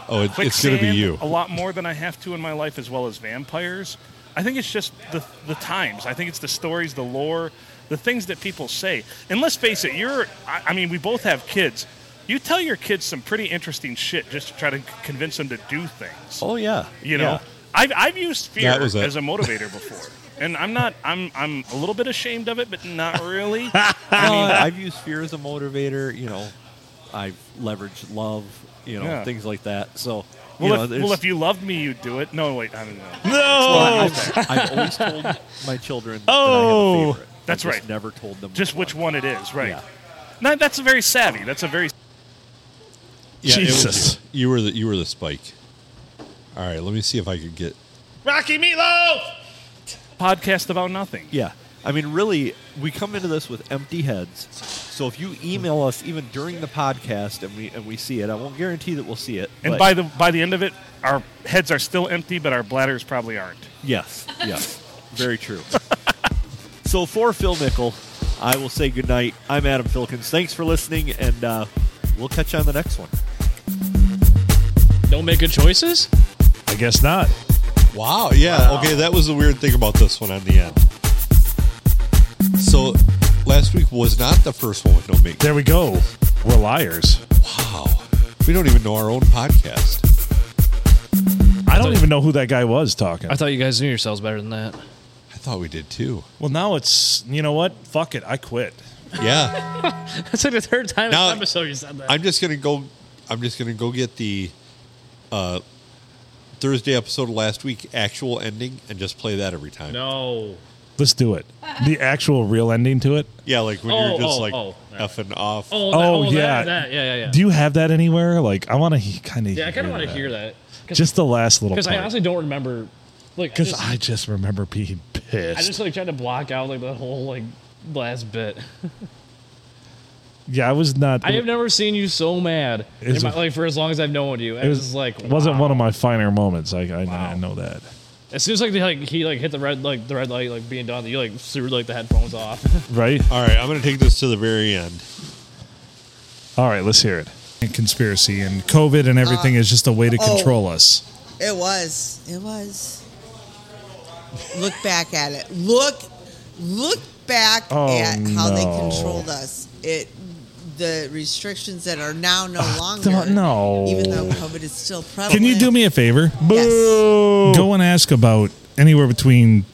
Speaker 3: Oh, it, it's
Speaker 6: quicksand
Speaker 3: going to be you.
Speaker 6: a lot more than I have to in my life, as well as vampires. I think it's just the the times. I think it's the stories, the lore, the things that people say. And let's face it, you're. I, I mean, we both have kids. You tell your kids some pretty interesting shit just to try to convince them to do things.
Speaker 5: Oh yeah,
Speaker 6: You know,
Speaker 5: Yeah.
Speaker 6: I've I've used fear
Speaker 3: That was it.
Speaker 6: as a motivator before, and I'm not. I'm I'm a little bit ashamed of it, but not really.
Speaker 5: I
Speaker 3: Uh,
Speaker 5: have used fear as a motivator. You know, I've leveraged love. You know,
Speaker 6: Yeah.
Speaker 5: things like that. So, you
Speaker 6: well,
Speaker 5: know,
Speaker 6: if,
Speaker 5: there's-
Speaker 6: well, if you loved me, you'd do it. No, wait, I don't know. Oh.
Speaker 1: No.
Speaker 5: I've, I've always told my children. that I have
Speaker 1: Oh.
Speaker 5: a favorite. I
Speaker 6: That's
Speaker 5: just
Speaker 6: right.
Speaker 5: Never told them
Speaker 6: Just which one it is, right?
Speaker 5: Yeah.
Speaker 6: No, that's a very savvy. That's a very
Speaker 3: Yeah, it was
Speaker 1: Jesus.
Speaker 3: you. You were the you were the spike. All right, let me see if I could get.
Speaker 6: Rocky Meatloaf! Podcast about nothing.
Speaker 5: Yeah. I mean, really, we come into this with empty heads. So if you email us even during the podcast and we and we see it, I won't guarantee that we'll see it.
Speaker 6: And
Speaker 5: but
Speaker 6: by the by the end of it, our heads are still empty, but our bladders probably aren't.
Speaker 5: yes, yes, very true. so for Phil Mickle, I will say goodnight. I'm Adam Filkins. Thanks for listening, and uh, we'll catch you on the next one.
Speaker 2: Don't make good choices?
Speaker 1: I guess not.
Speaker 3: Wow. Yeah. Okay, that was the weird thing about this one on the end. So last week was not the first one with no make.
Speaker 1: There we go. We're liars.
Speaker 3: Wow. We don't even know our own podcast.
Speaker 1: I don't even know who that guy was talking.
Speaker 2: I thought you guys knew yourselves better than that.
Speaker 3: I thought we did too.
Speaker 1: well, now it's you know what? Fuck it. I quit.
Speaker 3: Yeah.
Speaker 2: That's like the third time in
Speaker 3: Now-
Speaker 2: this episode you said that.
Speaker 3: I'm just gonna go. I'm just gonna go get the uh, Thursday episode of last week actual ending and just play that every time.
Speaker 2: no.
Speaker 1: Let's do it. The actual real ending to it.
Speaker 3: Yeah, like when
Speaker 2: Oh,
Speaker 3: you're just
Speaker 2: oh,
Speaker 3: like
Speaker 2: oh.
Speaker 3: effing off.
Speaker 2: Oh, that,
Speaker 1: Oh,
Speaker 2: oh,
Speaker 1: yeah.
Speaker 2: That, that. Yeah, yeah, yeah.
Speaker 1: Do you have that anywhere? Like, I want to he- kind of.
Speaker 2: yeah, I kind of want to hear that.
Speaker 1: Just the last little.
Speaker 2: Because I
Speaker 1: part.
Speaker 2: honestly don't remember. Like,
Speaker 1: Because
Speaker 2: I, just,
Speaker 1: I just remember being pissed.
Speaker 2: I just like tried to block out like the whole like last bit.
Speaker 1: yeah, I was not.
Speaker 2: I have never seen you so mad. in
Speaker 1: It's
Speaker 2: my-
Speaker 1: a-
Speaker 2: like for as long as I've known you, it,
Speaker 1: it
Speaker 2: was,
Speaker 1: was
Speaker 2: like
Speaker 1: it wasn't
Speaker 2: wow.
Speaker 1: one of my finer moments. I, I, I know that.
Speaker 2: As soon as like, they, like he like hit the red like the red light like being done, you like threw like the headphones off.
Speaker 1: Right?
Speaker 3: All right, I'm gonna take this to the very end.
Speaker 1: All right, let's hear it. And conspiracy and COVID and everything is just a way to
Speaker 7: oh.
Speaker 1: control us.
Speaker 7: It was. It was. Look back at it. Look, look back
Speaker 1: Oh,
Speaker 7: at how they
Speaker 1: no.
Speaker 7: controlled us. It, the restrictions that are now no longer.
Speaker 1: don't- Ah, no.
Speaker 7: Even though COVID is still prevalent.
Speaker 1: Can you do me a favor?
Speaker 7: Yes.
Speaker 1: Go and ask about anywhere between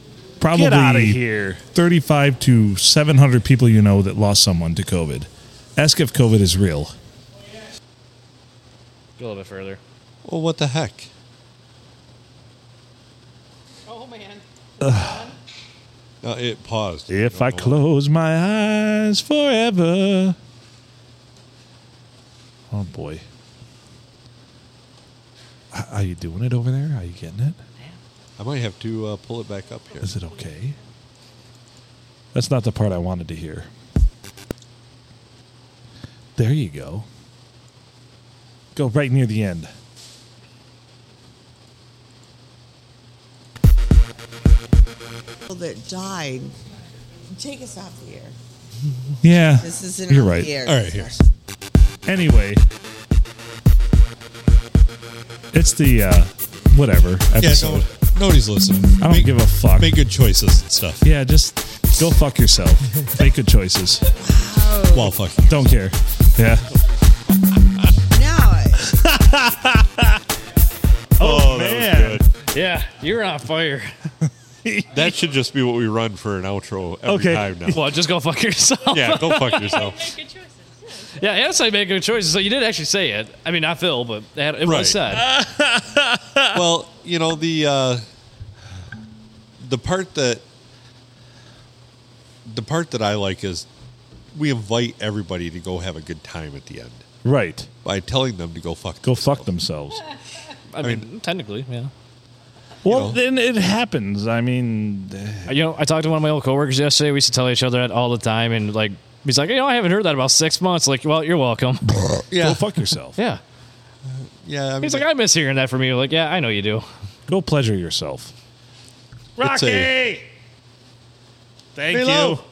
Speaker 1: probably
Speaker 2: Get outta here.
Speaker 1: 35 to 700 people you know that lost someone to COVID. Ask if COVID is real.
Speaker 2: Go a little bit further.
Speaker 3: Well, what the heck?
Speaker 4: Oh man.
Speaker 3: No, Uh, it paused. Oh,
Speaker 1: If I
Speaker 3: Don't know.
Speaker 1: close my eyes forever. Oh boy. H- Are you doing it over there? Are you getting it?
Speaker 3: I might have to uh, pull it back up here.
Speaker 1: Is it okay? That's not the part I wanted to hear. There you go. Go right near the end.
Speaker 7: people that died? Take us off the air.
Speaker 1: Yeah.
Speaker 7: This isn't
Speaker 1: You're
Speaker 7: on
Speaker 1: right.
Speaker 7: the air.
Speaker 3: All right, here.
Speaker 7: discussion.
Speaker 1: Anyway, it's the uh, whatever
Speaker 3: Yeah,
Speaker 1: episode.
Speaker 3: no, nobody's listening.
Speaker 1: I don't give a fuck.
Speaker 3: Make good choices and stuff.
Speaker 1: Yeah, just go fuck yourself. Make good choices.
Speaker 3: While fucking.
Speaker 1: Don't care. Yeah.
Speaker 7: Now,
Speaker 3: Oh,
Speaker 1: man.
Speaker 3: was
Speaker 2: Yeah, you're on fire.
Speaker 3: good. That should just be what we run for an outro every
Speaker 1: Okay.
Speaker 3: time now.
Speaker 2: Well, just go fuck yourself.
Speaker 3: yeah, go fuck
Speaker 4: You
Speaker 3: yourself.
Speaker 4: make good choices. Yeah.
Speaker 2: Yeah, yes, I made good choices. So you did actually say it. I mean, not Phil, but that- it
Speaker 3: Right.
Speaker 2: was said.
Speaker 3: well, you know the uh, the part that the part that I like is we invite everybody to go have a good time at the end
Speaker 1: Right.
Speaker 3: by telling them to go fuck.
Speaker 1: Go fuck
Speaker 3: themselves.
Speaker 1: themselves.
Speaker 2: I, mean, technically, yeah.
Speaker 1: Well,
Speaker 3: know.
Speaker 1: then it happens. I mean,
Speaker 2: uh, You know, I talked to one of my old coworkers yesterday. We used to tell each other that all the time, and like, he's like, you know, I haven't heard that about six months. Like, well, you're welcome.
Speaker 1: go
Speaker 3: Yeah,
Speaker 1: fuck yourself.
Speaker 2: yeah.
Speaker 3: yeah. I mean,
Speaker 2: He's like, I miss hearing that from you. Like, yeah, I know you do.
Speaker 1: Go pleasure yourself.
Speaker 3: It's a-
Speaker 1: Thank
Speaker 3: Hello.
Speaker 2: Is there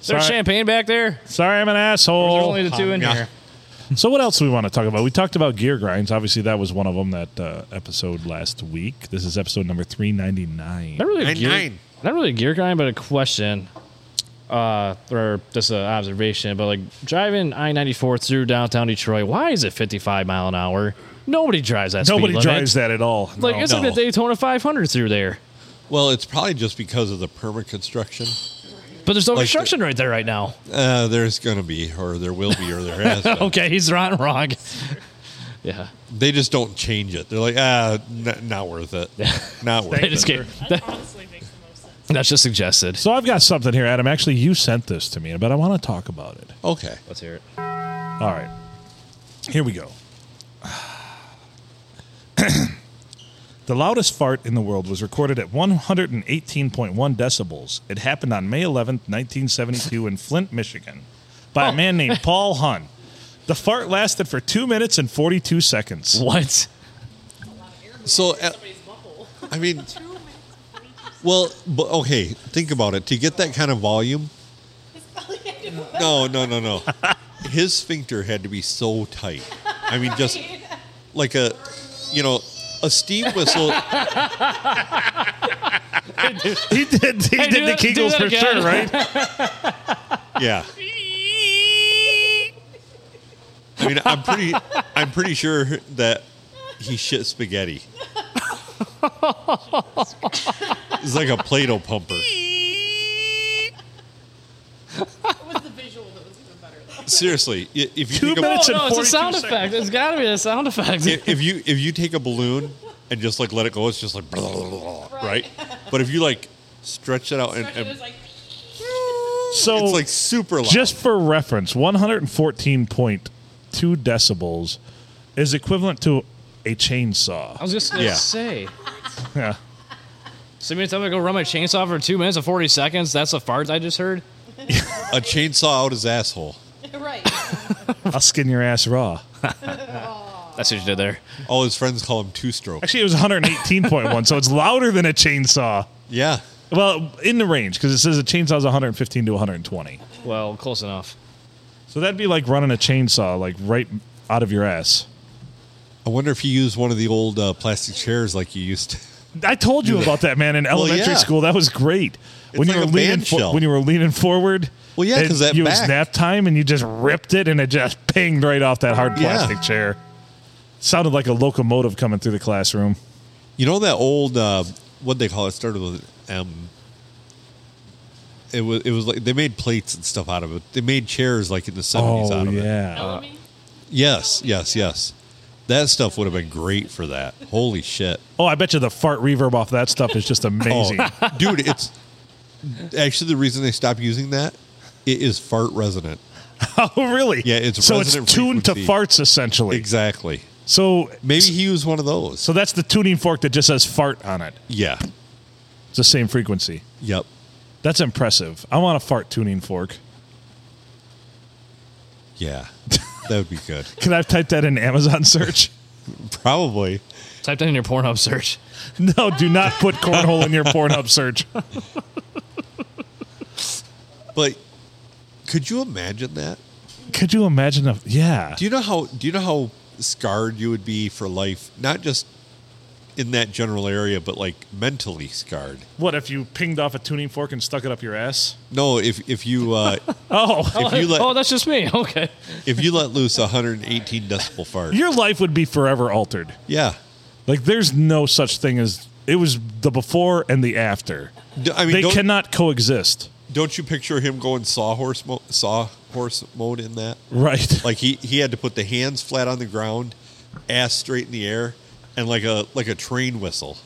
Speaker 1: Sorry. Oh,
Speaker 2: champagne back there?
Speaker 1: Sorry, I'm an
Speaker 2: Or is there
Speaker 1: asshole.
Speaker 2: only the two in
Speaker 3: yeah.
Speaker 2: here?
Speaker 1: so, what else do we want to talk about? We talked about gear grinds. Obviously, that was one of them. That uh, episode last week. This is episode number three ninety nine.
Speaker 2: Not really a
Speaker 3: Nine,
Speaker 2: gear,
Speaker 3: nine.
Speaker 2: not really a gear grind, but a question, uh, or just an observation. But like driving I ninety four through downtown Detroit, why is it fifty five mile an hour? Nobody drives that.
Speaker 1: Nobody
Speaker 2: speed
Speaker 1: drives
Speaker 2: Limit.
Speaker 1: that at all.
Speaker 2: Like
Speaker 1: No.
Speaker 2: it's like
Speaker 3: No.
Speaker 2: the Daytona five hundred through there,
Speaker 3: well, it's probably just because of the perma construction.
Speaker 2: but there's no
Speaker 3: Like the-
Speaker 2: construction right there right now.
Speaker 3: Uh, there's gonna be, or there will be, or there has. Been.
Speaker 2: Okay, he's not wrong. yeah,
Speaker 3: They just don't change it. They're like, ah, n- not worth it. Not worth
Speaker 2: they
Speaker 3: it.
Speaker 2: just get-
Speaker 4: That honestly makes the most sense.
Speaker 2: that's just suggested.
Speaker 1: so I've got something here, Adam. Actually, you sent this to me, but I want to talk about it.
Speaker 3: Okay.
Speaker 2: Let's hear it.
Speaker 1: All right. Here we go. The loudest fart in the world was recorded at 118.1 decibels. It happened on May 11th, 1972, in Flint, Michigan, by
Speaker 2: Oh.
Speaker 1: a man named Paul Hun. The fart lasted for two minutes and 42 seconds.
Speaker 2: What?
Speaker 3: So, uh,
Speaker 4: Oh,
Speaker 3: I mean, well, but okay, think about it. To get that kind of volume,
Speaker 4: Oh,
Speaker 3: no, no, no, no. His sphincter had to be so tight. I mean, just like a, you know, a steam whistle.
Speaker 1: He did, he
Speaker 2: Hey,
Speaker 1: did
Speaker 2: do
Speaker 1: the
Speaker 2: that- do
Speaker 1: Kegels
Speaker 2: that
Speaker 1: for
Speaker 2: again.
Speaker 1: sure, right?
Speaker 3: Yeah. I mean, I'm pretty, I'm pretty sure that he shit spaghetti. It's like a Play-Doh pumper.
Speaker 4: It was the visual that was even better. Though.
Speaker 3: Seriously, i- if you
Speaker 1: Two
Speaker 3: think about
Speaker 1: minutes
Speaker 2: Oh,
Speaker 1: in
Speaker 2: no, it's a
Speaker 1: 42
Speaker 2: sound
Speaker 1: seconds.
Speaker 2: effect. It's got to be a sound effect.
Speaker 3: if if you if you take a balloon and just like let it go, it's just like blah, blah, blah, blah, right. But if you like stretch it out and,
Speaker 4: Especially
Speaker 3: and
Speaker 4: it was like,
Speaker 1: So
Speaker 3: it's like super loud.
Speaker 1: Just for reference, 114.2 decibels is equivalent to a
Speaker 2: I
Speaker 1: chainsaw.
Speaker 2: was just going to
Speaker 3: Yeah.
Speaker 2: say.
Speaker 1: Yeah.
Speaker 2: So, every time I go run my chainsaw for two minutes and 40 seconds, that's the fart I just heard?
Speaker 3: a chainsaw out his asshole.
Speaker 4: right.
Speaker 1: I'll skin your ass raw.
Speaker 2: That's what you did there.
Speaker 3: All his friends call him two stroke.
Speaker 1: Actually, it was 118.1, so it's louder than a chainsaw.
Speaker 3: Yeah,
Speaker 1: Well, in the range, because it says a chainsaw is 115 to 120.
Speaker 2: Well, close enough.
Speaker 1: So that'd be like running a chainsaw, like right out of your ass.
Speaker 3: I wonder if you used one of the old uh, plastic chairs like you used to.
Speaker 1: I told you about that man in elementary
Speaker 3: yeah.
Speaker 1: school. That was great. When
Speaker 3: like
Speaker 1: you
Speaker 3: a
Speaker 1: were leaning
Speaker 3: band shell.
Speaker 1: when you were leaning forward.
Speaker 3: Well, yeah,
Speaker 1: and
Speaker 3: 'cause that
Speaker 1: you was
Speaker 3: back-
Speaker 1: nap time and you just ripped it and it just pinged right off that hard
Speaker 3: Yeah.
Speaker 1: plastic chair. Sounded like a locomotive coming through the classroom.
Speaker 3: You know that old uh, what they call it started with M. It was it was like they made plates and stuff out of it. They made chairs like in the seventies
Speaker 1: Oh
Speaker 3: out of it.
Speaker 1: yeah.
Speaker 4: Elmy,
Speaker 3: Yes, yes, yes. That stuff would have been great for that. Holy shit.
Speaker 1: Oh, I bet you the fart reverb off that stuff is just amazing.
Speaker 3: Oh, dude, it's actually the reason they stopped using that. It is fart resonant.
Speaker 1: Oh, really?
Speaker 3: Yeah, it's
Speaker 1: so it's
Speaker 3: resonant
Speaker 1: tuned to
Speaker 3: frequency.
Speaker 1: farts essentially.
Speaker 3: Exactly.
Speaker 1: So
Speaker 3: Maybe he used one of those.
Speaker 1: so that's the tuning fork that just says fart on it.
Speaker 3: yeah.
Speaker 1: It's the same frequency.
Speaker 3: Yep.
Speaker 1: That's impressive. I want a fart tuning fork.
Speaker 3: Yeah. That would be good.
Speaker 1: Can I type that in Amazon search?
Speaker 3: Probably.
Speaker 2: Type that in your Pornhub search.
Speaker 1: No, do not put cornhole in your Pornhub search.
Speaker 3: But could you imagine that?
Speaker 1: Could you imagine a yeah?
Speaker 3: Do you know how do you know how scarred you would be for life? Not just in that general area, but like mentally scarred.
Speaker 1: What if you pinged off a tuning fork and stuck it up your ass?
Speaker 3: No, if if you uh,
Speaker 1: Oh,
Speaker 3: if you let
Speaker 2: oh, that's just me. Okay.
Speaker 3: if you let loose a 118 decibel fart,
Speaker 1: your life would be forever altered.
Speaker 3: yeah.
Speaker 1: Like there's no such thing as it was the before and the after.
Speaker 3: D- I mean,
Speaker 1: they
Speaker 3: don't,
Speaker 1: cannot coexist.
Speaker 3: don't you picture him going sawhorse mo- sawhorse mode in that?
Speaker 1: Right.
Speaker 3: Like he he had to put the hands flat on the ground, ass straight in the air, and like a like a train whistle,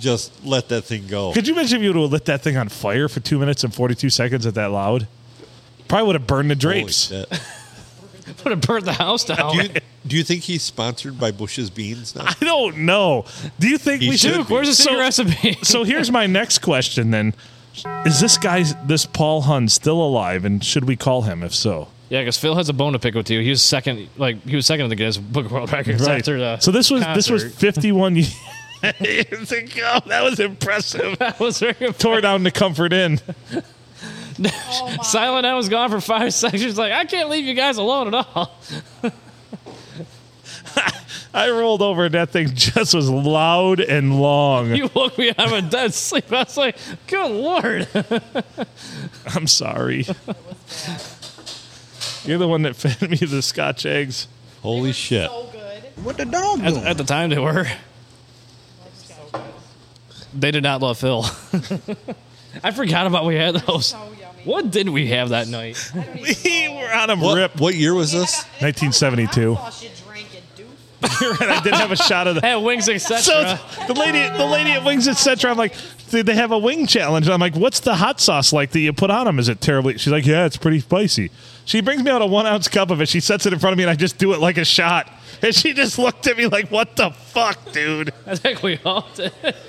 Speaker 3: just let that thing go.
Speaker 1: Could you imagine if you would have lit that thing on fire for two minutes and forty two seconds at that loud? Probably would have burned the
Speaker 3: Holy
Speaker 1: drapes.
Speaker 3: shit.
Speaker 2: Would have burnt the house down.
Speaker 3: Do you, do you think he's sponsored by Bush's Beans now?
Speaker 1: I don't know. Do you think
Speaker 3: He
Speaker 1: we should
Speaker 3: should
Speaker 2: Duke, where's the secret
Speaker 1: So-
Speaker 2: recipe?
Speaker 1: so here's my next question then is this guy this paul hun still alive and should we call him if so
Speaker 2: yeah, because Phil has a bone to pick with you. He was second, like he was second to the Guinness Book of World Records after uh, the.
Speaker 1: so this was this was
Speaker 2: concert.
Speaker 1: 51 years ago that was impressive
Speaker 2: That was very
Speaker 1: tore down the comfort inn
Speaker 4: Oh my.
Speaker 2: Silent I was gone for five seconds. Like I can't leave you guys alone at all.
Speaker 1: i rolled over and that thing just was loud and long
Speaker 2: You woke me out of a dead sleep. I was like, good lord.
Speaker 1: i'm sorry you're the one that fed me the scotch eggs
Speaker 3: Holy shit!
Speaker 4: So good.
Speaker 8: What the dog
Speaker 2: At,
Speaker 8: doing?
Speaker 2: at the time, they were. They did not love Phil. I forgot about we had those.
Speaker 4: So yummy.
Speaker 2: What did we have that night?
Speaker 1: we were on a
Speaker 3: What,
Speaker 1: rip
Speaker 3: what year was this?
Speaker 4: I got-
Speaker 1: 1972.
Speaker 4: I thought you drank it, doof.
Speaker 1: You're right. I did have a shot of that.
Speaker 2: Hey, wings, etc.
Speaker 1: So the lady, the lady at Wings Etc. I'm like, did they have a wing challenge? And I'm like, what's the hot sauce like that you put on them? Is it terribly? She's like, yeah, it's pretty spicy. She brings me out a one ounce cup of it. She sets it in front of me, and I just do it like a shot. And she just looked at me like, what the fuck, dude?
Speaker 2: I think we all did.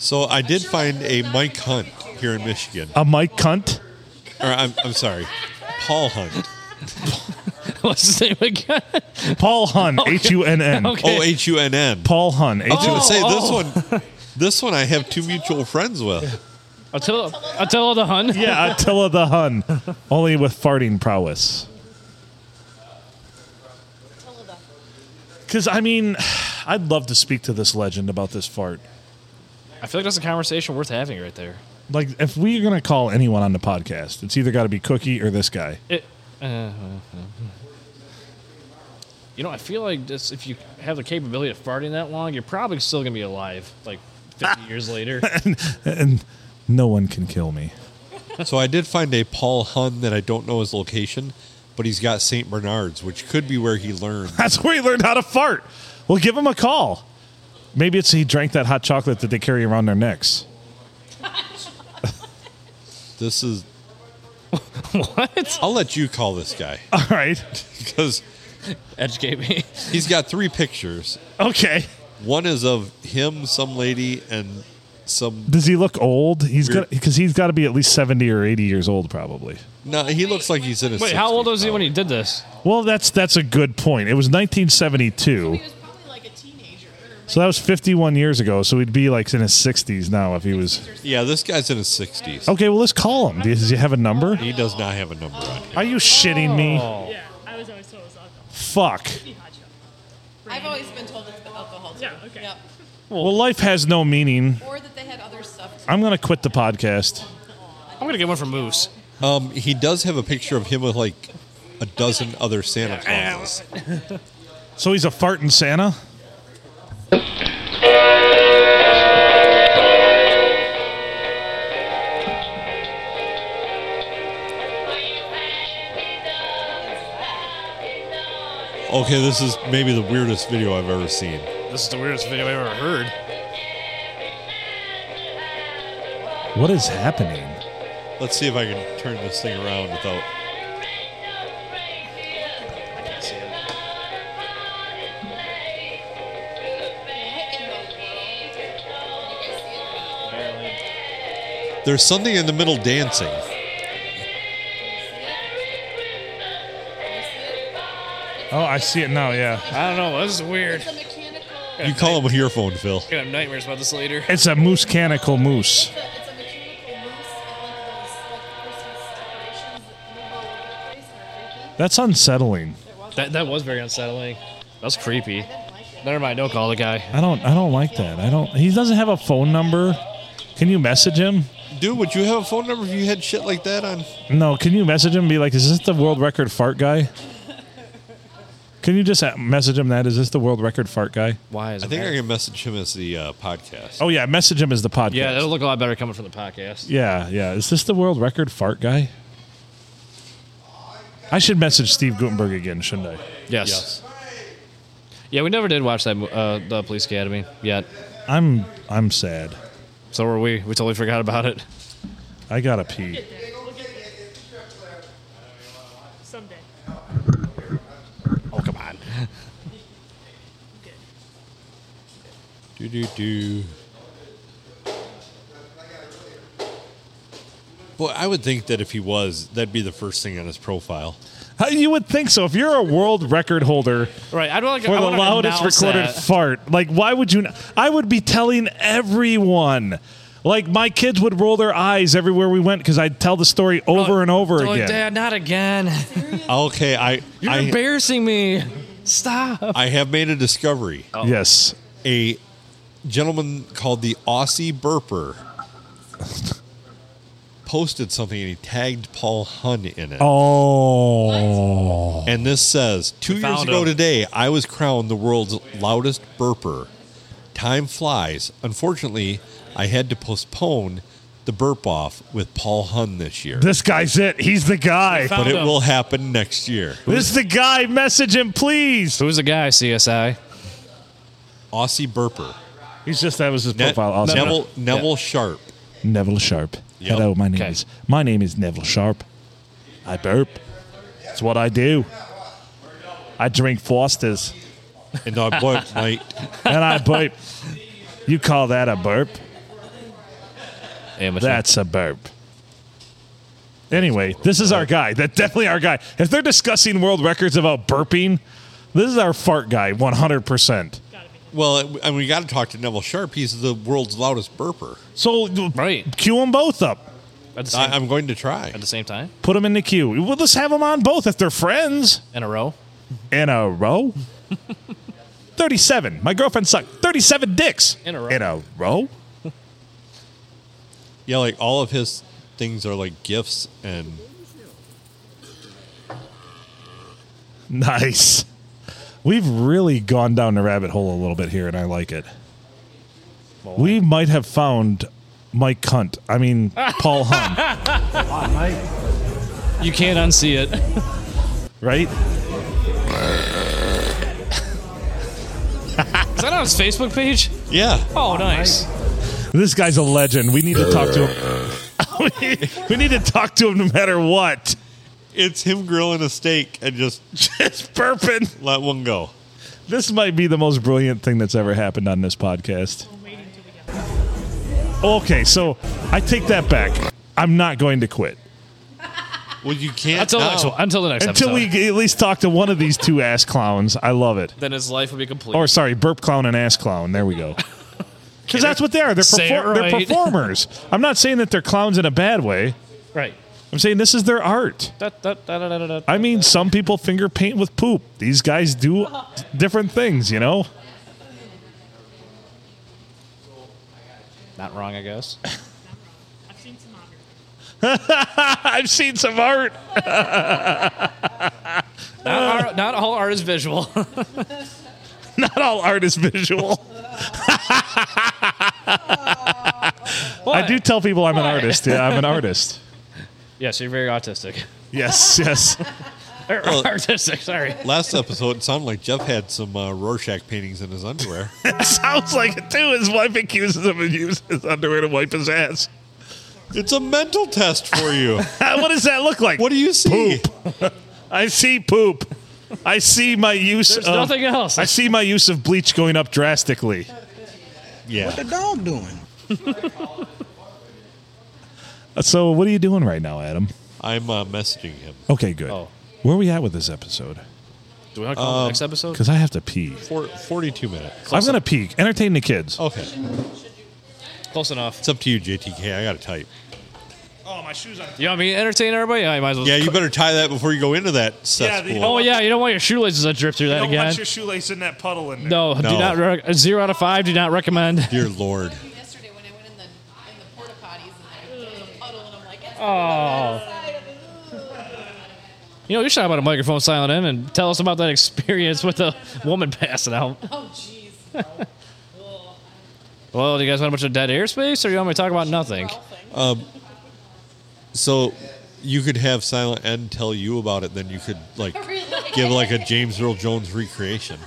Speaker 3: So I did find a Mike Hunt here in Michigan.
Speaker 2: Um,
Speaker 1: A Mike cunt.
Speaker 3: Or I'm, I'm sorry, Paul Hunt.
Speaker 2: What's his name again?
Speaker 1: Paul Hun. H U N N.
Speaker 3: O
Speaker 2: Okay. Oh,
Speaker 3: H U N N.
Speaker 1: Paul Hun. H-
Speaker 3: I was gonna say this one. This one I have two mutual friends with.
Speaker 2: Attila, Attila the Hun.
Speaker 1: yeah, Attila the Hun, only with farting prowess. Because I mean, I'd love to speak to this legend about this fart.
Speaker 2: I feel like that's a conversation worth having right there.
Speaker 1: Like, if we're gonna call anyone on the podcast, it's either got to be Cookie or this guy.
Speaker 2: It, uh, you know, I feel like this, if you have the capability of farting that long, you're probably still going to be alive like 50 years later.
Speaker 1: and no one can kill me.
Speaker 3: So I did find a Paul Hun that I don't know his location, but he's got St. Bernard's, which could be where he learned.
Speaker 1: That's where he learned how to fart. Well, give him a call. Maybe it's he drank that hot chocolate that they carry around their necks.
Speaker 3: This is.
Speaker 2: what?
Speaker 3: I'll let you call this guy
Speaker 1: All right.
Speaker 3: because
Speaker 2: Educate me.
Speaker 3: he's got three pictures.
Speaker 1: Okay.
Speaker 3: One is of him, some lady, and some.
Speaker 1: Does he look old? He's
Speaker 3: Weird.
Speaker 1: got because he's got to be at least seventy or eighty years old, probably.
Speaker 3: No, he looks like he's in his.
Speaker 2: Wait, how old
Speaker 3: 60s
Speaker 2: was he when
Speaker 3: probably.
Speaker 2: he did this?
Speaker 1: Well, that's that's a good point. It was nineteen seventy two,
Speaker 4: He was probably like a teenager. Or
Speaker 1: so that was fifty one years ago. So he'd be like in his sixties now if he was.
Speaker 3: Yeah, this guy's in his sixties.
Speaker 1: Okay, well let's call him. Does he have a number?
Speaker 3: He does not have a number on him.
Speaker 1: Are you shitting me?
Speaker 4: yeah, I was always told it was alcohol.
Speaker 1: Fuck.
Speaker 8: I've always been told it's the alcohol. Too.
Speaker 4: Yeah, okay.
Speaker 8: Yep.
Speaker 1: Well, life has no meaning.
Speaker 8: Or that they had other stuff. Too.
Speaker 1: I'm gonna quit the podcast.
Speaker 2: I'm going to get one from Moose.
Speaker 3: Um, he does have a picture of him with like a dozen other Santa Clauses.
Speaker 1: So he's a farting Santa.
Speaker 3: Okay, this is maybe the weirdest video I've ever seen.
Speaker 2: This is the weirdest video I've ever heard.
Speaker 1: What is happening?
Speaker 3: Let's see if I can turn this thing around without. There's something in the middle dancing.
Speaker 1: Oh, I see it now. Yeah,
Speaker 2: I don't know. This is weird.
Speaker 8: The mechanical.
Speaker 3: You call him a earphone, Phil.
Speaker 2: I'm going to have nightmares about this later.
Speaker 1: it's a moose canical moose.
Speaker 8: It's a mechanical moose and like those like Christmas decorations that move all over the place and are freaky.
Speaker 1: That's unsettling.
Speaker 2: That, that was very unsettling. That was creepy.
Speaker 8: I didn't like it.
Speaker 2: Never mind. Don't call the guy.
Speaker 1: I don't. I don't like that. I don't. He doesn't have a phone number. Can you message him?
Speaker 3: Dude, would you have a phone number if you had shit like that on?
Speaker 1: No, can you message him and be like, is this the world record fart guy? Can you just uh, message him that? Is this the world record fart guy?
Speaker 2: Why is
Speaker 3: I think I can message him as the uh, podcast.
Speaker 1: Oh, yeah, message him as the podcast.
Speaker 2: Yeah, it'll look a lot better coming from the podcast.
Speaker 1: yeah, yeah. Is this the world record fart guy? I should message Steve Gutenberg again, shouldn't I?
Speaker 2: Yes. Yeah, we never did watch that mo- uh, the Police Academy yet,
Speaker 1: I'm I'm sad.
Speaker 2: so were we. We totally forgot about it.
Speaker 1: I gotta pee.
Speaker 4: Someday.
Speaker 2: Oh come on.
Speaker 3: Do do do. Boy, I would think that if he was, that'd be the first thing on his profile.
Speaker 1: How- Uh, You would think so. If you're a world record holder
Speaker 2: Right. I'd like.
Speaker 1: for the loudest recorded fart, like why would you? Not? I would be telling everyone. Like my kids would roll their eyes everywhere we went because I'd tell the story over and over again.
Speaker 2: Dad, not again.
Speaker 3: Okay, I
Speaker 2: You're
Speaker 3: I,
Speaker 2: embarrassing me. Stop.
Speaker 3: I have made a discovery.
Speaker 1: Yes.
Speaker 3: A gentleman called the Aussie Burper posted something and he tagged Paul Hun in
Speaker 2: Oh.
Speaker 3: it.
Speaker 1: Oh.
Speaker 3: And this says two years
Speaker 2: found
Speaker 3: ago
Speaker 2: him.
Speaker 3: today, I was crowned the world's loudest burper. Time flies. Unfortunately, I had to postpone the burp off with Paul Hun this year,
Speaker 1: This guy's it. He's the guy.
Speaker 2: Found
Speaker 3: but it
Speaker 2: him.
Speaker 3: will happen next year.
Speaker 1: This is the guy. Message him, please.
Speaker 2: Who's the guy, CSI?
Speaker 3: Aussie burper.
Speaker 1: He's just that was his
Speaker 3: Ne-
Speaker 1: profile. Austin.
Speaker 3: Neville Neville Sharp.
Speaker 1: Neville Sharp.
Speaker 3: Yep.
Speaker 1: Hello, my name
Speaker 2: Okay.
Speaker 1: is my name is Neville Sharp. I burp. It's what I do. I drink Fosters
Speaker 3: And I boy, my
Speaker 1: and I burp. You call that a burp?
Speaker 2: Amateur.
Speaker 1: That's a burp. Anyway, this is our guy. That's definitely our guy. If they're discussing world records about burping, this is our fart guy, 100%.
Speaker 3: well, it- and we got to talk to Neville Sharp. He's the world's loudest burper.
Speaker 1: So,
Speaker 2: Right.
Speaker 1: cue them both up.
Speaker 2: at, the same,
Speaker 3: I, I'm going to try.
Speaker 2: at the same time
Speaker 1: Put them in the queue. Well, let's have them on both if they're friends.
Speaker 2: in a row.
Speaker 1: In a row? 37. My girlfriend sucked 37 dicks.
Speaker 2: In a row.
Speaker 1: In a row?
Speaker 3: Yeah, like all of his things are like gifts and
Speaker 1: Nice. We've really gone down the rabbit hole a little bit here, and I like it. We might have found Mike Hunt. I mean, Paul Hunt,
Speaker 2: You can't unsee it.
Speaker 1: right?
Speaker 2: Is that on his Facebook page?
Speaker 3: yeah.
Speaker 2: Oh, nice.
Speaker 1: This guy's a legend. We need to talk to him. we need to talk to him no matter what.
Speaker 3: It's him grilling a steak and just
Speaker 1: Just burping.
Speaker 3: let one go.
Speaker 1: This might be the most brilliant thing that's ever happened on this podcast.
Speaker 4: I'm waiting till we get
Speaker 1: Okay, so I take that back. I'm not going to quit
Speaker 3: Well, you can't
Speaker 2: Until the next
Speaker 3: now.
Speaker 2: one. Until the next
Speaker 1: until
Speaker 2: episode.
Speaker 1: we at least talk to one of these two ass clowns. I love it.
Speaker 2: then his life will be complete.
Speaker 1: Or sorry, burp clown and ass clown. There we go. Because that's what they are. They're,
Speaker 2: Say it
Speaker 1: perfor- they're
Speaker 2: right.
Speaker 1: performers. I'm not saying that they're clowns in a bad way.
Speaker 2: right.
Speaker 1: I'm saying this is their art.
Speaker 2: Da, da, da, da, da, da, da.
Speaker 1: I mean, some people finger paint with poop. These guys do different things, you know?
Speaker 2: Not wrong, I guess.
Speaker 4: I've seen some honor.
Speaker 1: I've seen some art.
Speaker 2: Not, art, not all art is visual.
Speaker 1: Not all art is visual. I do tell people I'm an
Speaker 2: Why?
Speaker 1: artist. Yeah, I'm an artist.
Speaker 2: Yes, you're very autistic.
Speaker 1: Yes, yes.
Speaker 2: Or artistic, sorry.
Speaker 3: Last episode, it sounded like Jeff had some uh, Rorschach paintings in his underwear.
Speaker 1: Sounds like it too. His wife accuses him of using his underwear to wipe his ass.
Speaker 3: it's a mental test for you.
Speaker 1: what does that look like?
Speaker 3: What do you see?
Speaker 1: I see poop. I see my use
Speaker 2: There's
Speaker 1: of
Speaker 2: nothing else.
Speaker 1: um, I see my use of bleach going up drastically.
Speaker 3: Yeah.
Speaker 7: dog doing?
Speaker 1: Uh, So what are you doing right now, Adam?
Speaker 3: I'm uh, messaging him.
Speaker 1: Okay, good.
Speaker 2: Oh.
Speaker 1: Where are we at with this episode?
Speaker 2: Do we want to call
Speaker 1: um,
Speaker 2: the next episode?
Speaker 1: Because I have to pee.
Speaker 3: For, 42 minutes.
Speaker 1: I'm gonna pee. Entertain the
Speaker 2: Oh,
Speaker 1: kids.
Speaker 3: Okay.
Speaker 2: Close enough.
Speaker 3: It's up to you, JTK. I got to type.
Speaker 1: Oh, my shoes on.
Speaker 2: You want me to entertain everybody? Yeah, I might as well.
Speaker 3: Yeah, you better tie that before you go into that cesspool.
Speaker 1: the-
Speaker 2: Oh, yeah, you don't want your shoelaces to drip through that again.
Speaker 1: shoelace in that puddle in there.
Speaker 2: No, do
Speaker 3: No.
Speaker 2: not. Re- zero out of five. Do not recommend.
Speaker 3: Dear Lord.
Speaker 8: happened yesterday when I went in the in the porta potties and I, there was a puddle and I'm like, it's
Speaker 2: Oh. You know, you should have about a microphone silent in and tell us about that experience with a woman passing out.
Speaker 8: oh jeez. Well,
Speaker 2: Well, do you guys want a bunch of dead airspace, or you want me to talk about nothing?
Speaker 8: Ralphing.
Speaker 3: So you could have Silent N tell you about it, then you could, like,
Speaker 8: Really?
Speaker 3: give, like, a James Earl Jones recreation.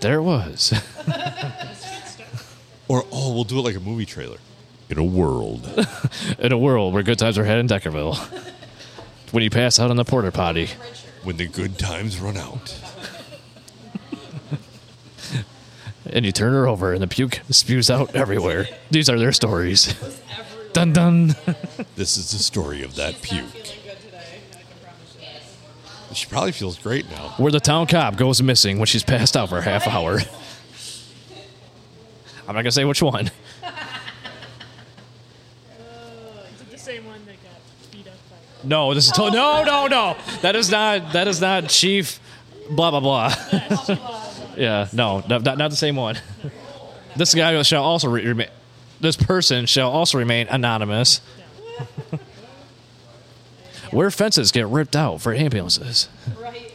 Speaker 2: There it was.
Speaker 3: Or, oh, we'll do it like a movie trailer. In a world.
Speaker 2: in a world where good times are had in Deckerville. When you pass out on the porter potty.
Speaker 3: when the good times run out.
Speaker 2: and you turn her over and the puke spews out everywhere. These are their stories. Dun dun.
Speaker 3: This is the story of that puke. She probably feels great now.
Speaker 2: Where the town cop goes missing when she's passed out for a half hour. I'm not gonna say which one.
Speaker 4: Is it the same one that got beat up by?
Speaker 2: No, this is to- no, no, no. That is not. That is not chief. Blah blah blah. yeah, no, no, not, not the same one. This guy shall also re- remain. This person shall also remain anonymous. Where fences get ripped out for ambulances.
Speaker 8: Right.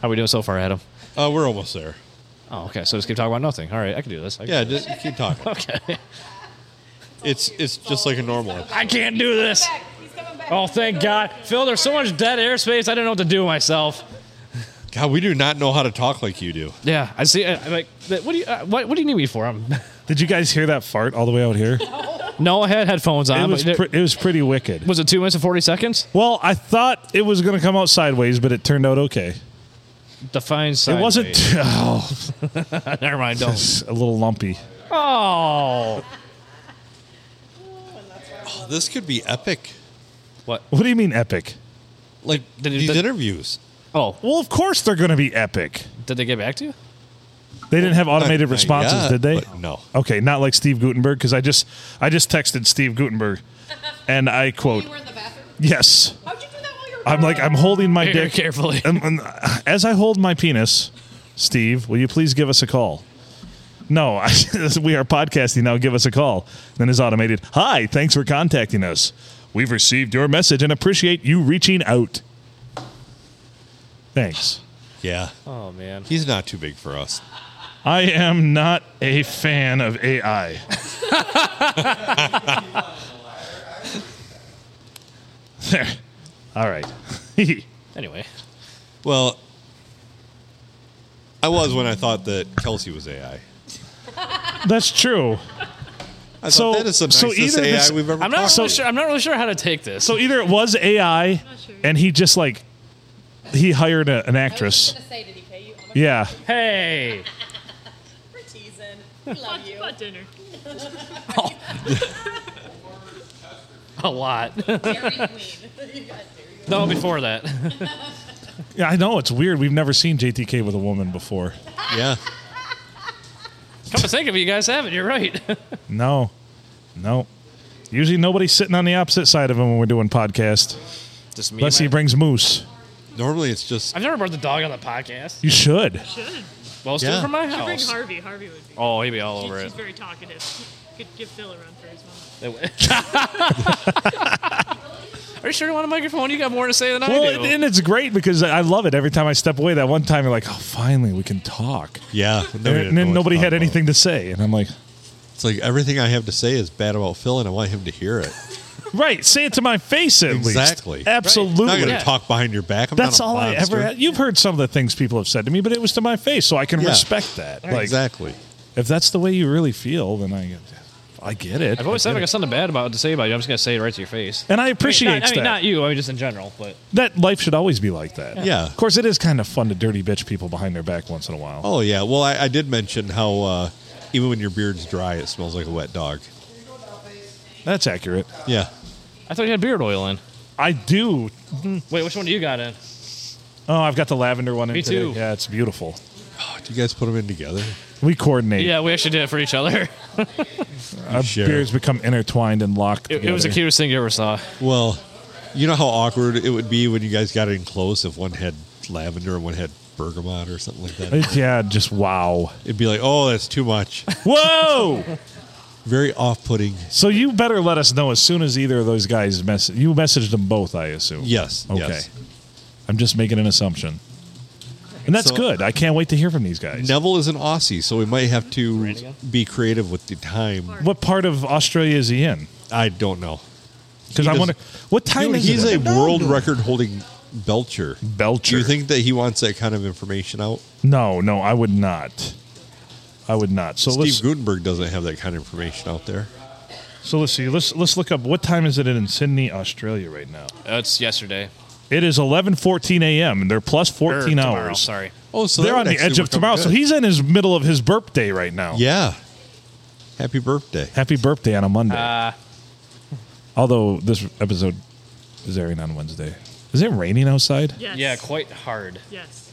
Speaker 2: How we doing so far, Adam?
Speaker 3: Uh, we're almost there.
Speaker 2: Oh, okay. So just keep talking about nothing. All right, I can do this. I can-
Speaker 3: Yeah, just keep talking.
Speaker 2: Okay.
Speaker 3: It's it's just like a normal. episode.
Speaker 2: I can't do this. Oh, thank God. Phil, there's so much dead airspace. I didn't know what to do myself.
Speaker 3: God, we do not know how to talk like you do.
Speaker 2: Yeah, I see. I- I'm like, what do you, uh, what, what do you need me for? I'm,
Speaker 1: Did you guys hear that fart all the way out here?
Speaker 2: no, I had headphones on.
Speaker 1: It
Speaker 2: but
Speaker 1: was
Speaker 2: there-
Speaker 1: pre- it was pretty wicked.
Speaker 2: was it two minutes and 40 seconds?
Speaker 1: Well, I thought it was going to come out sideways, but it turned out okay.
Speaker 2: Define
Speaker 1: It
Speaker 2: sideways.
Speaker 1: wasn't oh,
Speaker 2: Never mind. Don't.
Speaker 1: it's a little lumpy.
Speaker 2: Oh.
Speaker 3: Oh, this could be epic.
Speaker 1: What do you mean epic?
Speaker 3: Like
Speaker 2: Did- did-
Speaker 3: these
Speaker 2: did-
Speaker 3: interviews.
Speaker 2: Oh,
Speaker 1: Well, of course they're going to be epic.
Speaker 2: did they get back to you?
Speaker 1: They didn't have automated
Speaker 3: Not- not
Speaker 1: responses,
Speaker 3: yet,
Speaker 1: did they?
Speaker 3: but No.
Speaker 1: Okay, not like Steve Gutenberg because I just I just texted Steve Gutenberg, and I quote
Speaker 8: You were in the bathroom?
Speaker 1: yes.
Speaker 8: How'd you do that while you were
Speaker 1: I'm like I'm holding my
Speaker 2: Here,
Speaker 1: dick
Speaker 2: carefully.
Speaker 1: Um, um, as I hold my penis, Steve, will you please give us a call? No, I, we are podcasting now. Give us a call. Then is automated. Hi, thanks for contacting us. We've received your message and appreciate you reaching out. Thanks.
Speaker 3: Yeah.
Speaker 2: Oh, man.
Speaker 3: He's not too big for us.
Speaker 1: I am not a fan of AI. there. All right.
Speaker 2: Anyway.
Speaker 3: Well, I was when I thought that Kelsey was AI.
Speaker 1: That's true.
Speaker 3: I
Speaker 1: So-
Speaker 3: thought that is the
Speaker 1: so
Speaker 3: nicest
Speaker 1: either
Speaker 3: AI
Speaker 1: this-
Speaker 3: we've ever
Speaker 2: I'm not
Speaker 3: talked
Speaker 2: really
Speaker 3: to.
Speaker 2: sure. I'm not really sure how to take this.
Speaker 1: So either it was AI,
Speaker 4: sure.
Speaker 1: and he just like he hired a, an
Speaker 8: I was just
Speaker 1: actress.
Speaker 8: gonna say, did he pay you? Oh my
Speaker 1: Yeah,
Speaker 2: hey.
Speaker 8: God, we're teasing. We love you.
Speaker 4: About dinner.
Speaker 2: A lot.
Speaker 8: Dairy Queen. You got Dairy Queen.
Speaker 2: no, before that.
Speaker 1: yeah. I know it's weird. We've never seen JTK with a woman before.
Speaker 3: Yeah.
Speaker 2: Come to think of it, you guys haven't. You're right.
Speaker 1: No, no. Usually nobody's sitting on the opposite side of him when we're doing podcast,
Speaker 2: Just me.
Speaker 1: unless he brings moose.
Speaker 3: Normally it's just
Speaker 2: I've never brought the dog on the podcast.
Speaker 1: You should.
Speaker 4: Should.
Speaker 2: Most of
Speaker 3: Yeah.
Speaker 2: it from my
Speaker 4: Should bring
Speaker 2: house.
Speaker 4: Harvey. Harvey would be.
Speaker 2: Oh, he'd be all
Speaker 4: She-
Speaker 2: over
Speaker 4: she's
Speaker 2: it.
Speaker 4: very talkative. Could give Phil a run for his money.
Speaker 2: Are you sure you want a microphone? You got more to say than
Speaker 1: Well,
Speaker 2: I do.
Speaker 1: and, and it's great because I love it. Every time I step away, that one time you're like, "Oh, finally, we can talk,"
Speaker 3: yeah.
Speaker 1: and,
Speaker 3: didn't
Speaker 1: and then
Speaker 3: know what to
Speaker 1: nobody
Speaker 3: talk
Speaker 1: had
Speaker 3: about.
Speaker 1: anything to say, and I'm like,
Speaker 3: It's like everything I have to say is bad about Phil, and I want him to hear it.
Speaker 1: "Right, say it to my face at
Speaker 3: Exactly.
Speaker 1: least." Absolutely.
Speaker 3: I'm not going to
Speaker 2: Yeah.
Speaker 3: talk behind your back. I'm
Speaker 1: That's
Speaker 3: not a
Speaker 1: all I
Speaker 3: monster.
Speaker 1: ever had. You've heard some of the things people have said to me, but it was to my face, so I can
Speaker 3: Yeah.
Speaker 1: respect that. Like,
Speaker 3: exactly.
Speaker 1: if that's the way you really feel, then I, I get it.
Speaker 2: I've always
Speaker 1: I
Speaker 2: said I
Speaker 1: get
Speaker 2: got
Speaker 1: it.
Speaker 2: something bad about to say about you. I'm just gonna say it right to your face.
Speaker 1: and I appreciate
Speaker 2: I mean, not, I mean,
Speaker 1: that.
Speaker 2: not you. I mean, just in general. But
Speaker 1: that life should always be like that.
Speaker 3: Yeah.
Speaker 1: Of course, it is kind of fun to dirty bitch people behind their back once in a while.
Speaker 3: Oh yeah. Well, I, I did mention how uh, even when your beard's dry, it smells like a wet dog.
Speaker 1: That's accurate.
Speaker 3: Yeah.
Speaker 2: I thought you had beard oil in.
Speaker 1: I do.
Speaker 2: Wait, which one do you got in?
Speaker 1: Oh, I've got the lavender one in
Speaker 2: Me
Speaker 1: today.
Speaker 2: too.
Speaker 1: Yeah, it's beautiful.
Speaker 3: Oh, do you guys put them in together?
Speaker 1: We coordinate.
Speaker 2: Yeah, we actually did it for each other.
Speaker 1: Our
Speaker 3: Sure.
Speaker 1: beards become intertwined and locked.
Speaker 2: It, it was the
Speaker 1: together.
Speaker 2: cutest thing you ever saw.
Speaker 3: Well, you know how awkward it would be when you guys got in close if one had lavender and one had bergamot or something like that.
Speaker 1: It- Uh, yeah, just wow.
Speaker 3: It'd be like, oh, that's too much.
Speaker 1: Whoa!
Speaker 3: Very off-putting.
Speaker 1: So you better let us know as soon as either of those guys mess. You messaged them both, I assume.
Speaker 3: Yes,
Speaker 1: Okay.
Speaker 3: yes.
Speaker 1: I'm just making an assumption, and that's
Speaker 3: So-
Speaker 1: good. I can't wait to hear from these guys.
Speaker 3: Neville is an Aussie, so we might have to be creative with the time.
Speaker 1: What part of Australia is he in?
Speaker 3: I don't know.
Speaker 1: Because
Speaker 3: He
Speaker 1: I
Speaker 3: does-
Speaker 1: wonder what time
Speaker 3: Dude,
Speaker 1: is
Speaker 3: he's
Speaker 1: it
Speaker 3: a
Speaker 1: in-
Speaker 3: world record-holding belcher.
Speaker 1: Belcher.
Speaker 3: Do you think that he wants that kind of information out?
Speaker 1: No, no, I would not. I would not. So
Speaker 3: Steve
Speaker 1: let's
Speaker 3: Gutenberg doesn't have that kind of information out there.
Speaker 1: so let's see. Let's let's look up what time is it in Sydney, Australia right now.
Speaker 2: That's yesterday.
Speaker 1: It is 11:14 a.m. and they're plus
Speaker 2: Or
Speaker 1: 14
Speaker 2: tomorrow,
Speaker 1: hours.
Speaker 2: Sorry.
Speaker 3: Oh, so
Speaker 1: They're on the edge of tomorrow. So he's in his middle of his birthday right now.
Speaker 3: yeah. Happy birthday.
Speaker 1: Happy birthday on a Monday.
Speaker 2: Uh,
Speaker 1: Although this episode is airing on Wednesday. Is it raining outside?
Speaker 4: Yes.
Speaker 2: yeah, quite hard.
Speaker 4: Yes.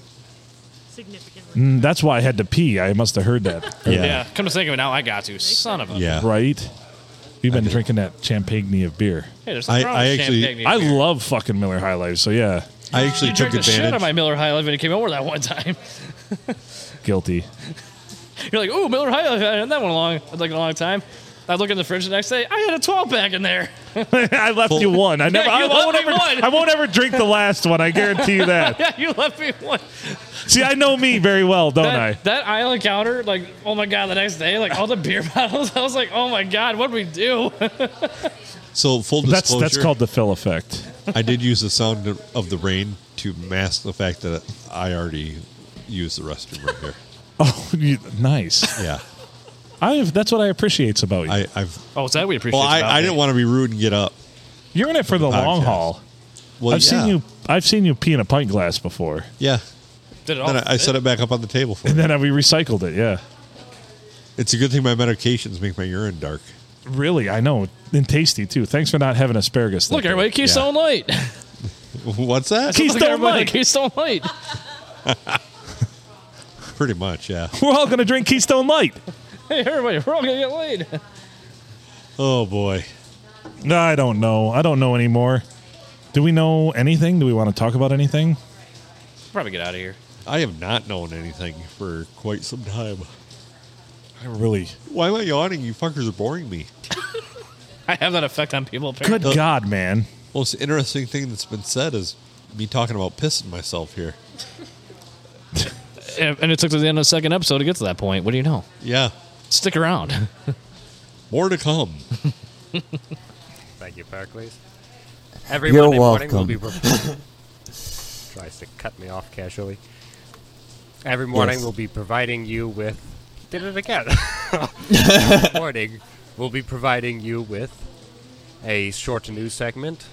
Speaker 4: Significantly.
Speaker 1: Mm, that's why I had to pee. I must have heard that.
Speaker 2: Yeah. Come to think of it, now I got to. Son of a.
Speaker 3: Yeah.
Speaker 1: Right? We've been
Speaker 3: did.
Speaker 1: drinking that champagne of beer.
Speaker 2: Hey, there's
Speaker 3: I-
Speaker 2: nothing wrong with
Speaker 3: I actually-
Speaker 2: champagne
Speaker 1: I
Speaker 2: beer.
Speaker 1: love fucking Miller High Life, so yeah,
Speaker 3: I actually
Speaker 2: You
Speaker 3: took
Speaker 2: drank the shit out of
Speaker 3: advantage.
Speaker 2: my Miller High Life when it came over that one time.
Speaker 1: guilty.
Speaker 2: You're like, ooh, Miller High Life. I had that one a long, like a long time. I look in the fridge the next day. I had a 12 pack in there.
Speaker 1: I left you one. I never.
Speaker 2: you
Speaker 1: I,
Speaker 2: left
Speaker 1: won't
Speaker 2: me
Speaker 1: ever.
Speaker 2: one.
Speaker 1: I won't ever drink the last one. I guarantee you that.
Speaker 2: yeah, you left me one.
Speaker 1: See, I know me very well, don't I?
Speaker 2: That, that island counter, like, oh my god, the next day, like all the beer bottles. I was like, oh my god, what do we do?
Speaker 3: So full
Speaker 1: That's
Speaker 3: disclosure,
Speaker 1: that's called the Phil effect.
Speaker 3: I did use the sound of the rain to mask the fact that I already used the restroom right here.
Speaker 1: Oh, you, nice.
Speaker 3: Yeah,
Speaker 1: I have, that's what I appreciate about you.
Speaker 3: I, I've.
Speaker 2: Oh, is that we appreciate?
Speaker 3: Well, I, I didn't want to be rude and get up.
Speaker 1: You're in it for the long
Speaker 3: podcast.
Speaker 1: haul.
Speaker 3: Well,
Speaker 1: I've
Speaker 3: yeah.
Speaker 1: seen you. I've seen you pee in a pint glass before,
Speaker 3: Yeah.
Speaker 2: Did it all
Speaker 3: Then I, I
Speaker 2: fit?
Speaker 3: set it back up on the table for
Speaker 1: and
Speaker 3: you.
Speaker 1: then we recycled it. Yeah,
Speaker 3: It's a good thing my medications make my urine dark.
Speaker 1: really. I know, and tasty too. Thanks for not having asparagus. that
Speaker 2: Look,
Speaker 1: day.
Speaker 2: everybody, Keystone Light.
Speaker 3: What's that?
Speaker 1: Keystone
Speaker 2: Look, everybody,
Speaker 1: Light.
Speaker 2: Keystone Light.
Speaker 3: Pretty much, yeah.
Speaker 1: We're all gonna drink Keystone Light.
Speaker 2: Hey, everybody, we're all gonna get laid.
Speaker 3: Oh boy.
Speaker 1: No, I don't know. I don't know anymore. Do we know anything? Do we want to talk about anything?
Speaker 2: Probably get out of here.
Speaker 3: I have not known anything for quite some time.
Speaker 1: I really.
Speaker 3: Why am I yawning? You fuckers are boring me.
Speaker 2: I have that effect on people. Apparently.
Speaker 1: Good God, man.
Speaker 3: Most interesting thing that's been said is me talking about pissing myself here.
Speaker 2: And and it took to the end of the second episode to get to that point. What do you know?
Speaker 3: Yeah.
Speaker 2: Stick around.
Speaker 3: More to come.
Speaker 9: Thank you, Barclays. Every
Speaker 10: You're
Speaker 9: Monday morning we'll
Speaker 10: welcome.
Speaker 9: be pro- tries to cut me off casually. Every morning
Speaker 10: Yes.
Speaker 9: we'll be providing you with did it again. Every morning we'll be providing you with a short news segment.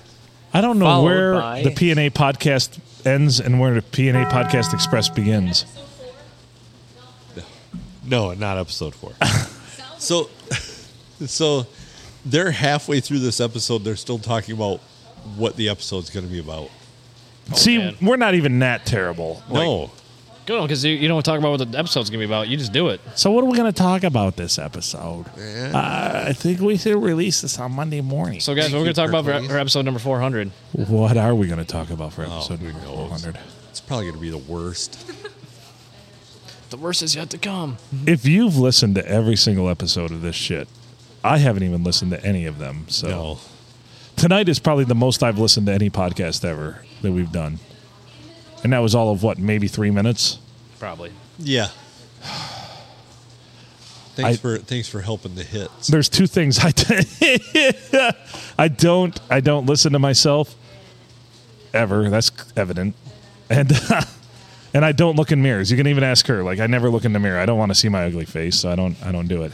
Speaker 1: I don't know
Speaker 9: Followed
Speaker 1: where
Speaker 9: by-
Speaker 1: the PNA podcast ends and where the PNA podcast express begins.
Speaker 3: No, not episode four. so, so they're halfway through this episode. They're still talking about what the episode's going to be about. Oh,
Speaker 1: See,
Speaker 2: man.
Speaker 1: we're not even that terrible.
Speaker 3: no,
Speaker 2: Good one, because you, you don't talk about what the episode's gonna be about. You just do it.
Speaker 1: So, what are we going to talk about this episode? Uh, I think we should release this on Monday morning.
Speaker 2: So, guys, what we're gonna talk about for, for episode number 400.
Speaker 1: what are we going to talk about for episode
Speaker 3: Oh, who
Speaker 1: number
Speaker 3: knows?
Speaker 1: 400?
Speaker 3: it's probably going to be the worst.
Speaker 2: The worst is yet to come.
Speaker 1: If you've listened to every single episode of this shit, I haven't even listened to any of them. So,
Speaker 3: No,
Speaker 1: tonight is probably the most I've listened to any podcast ever that we've done. And that was all of what, maybe three minutes?
Speaker 2: Probably.
Speaker 3: yeah. Thanks
Speaker 1: I-
Speaker 3: for thanks for helping the hits.
Speaker 1: There's two things I I I don't I don't listen to myself ever. That's evident, and and I don't look in mirrors. You can even ask her. Like I never look in the mirror. I don't want to see my ugly face, so I don't I don't do it.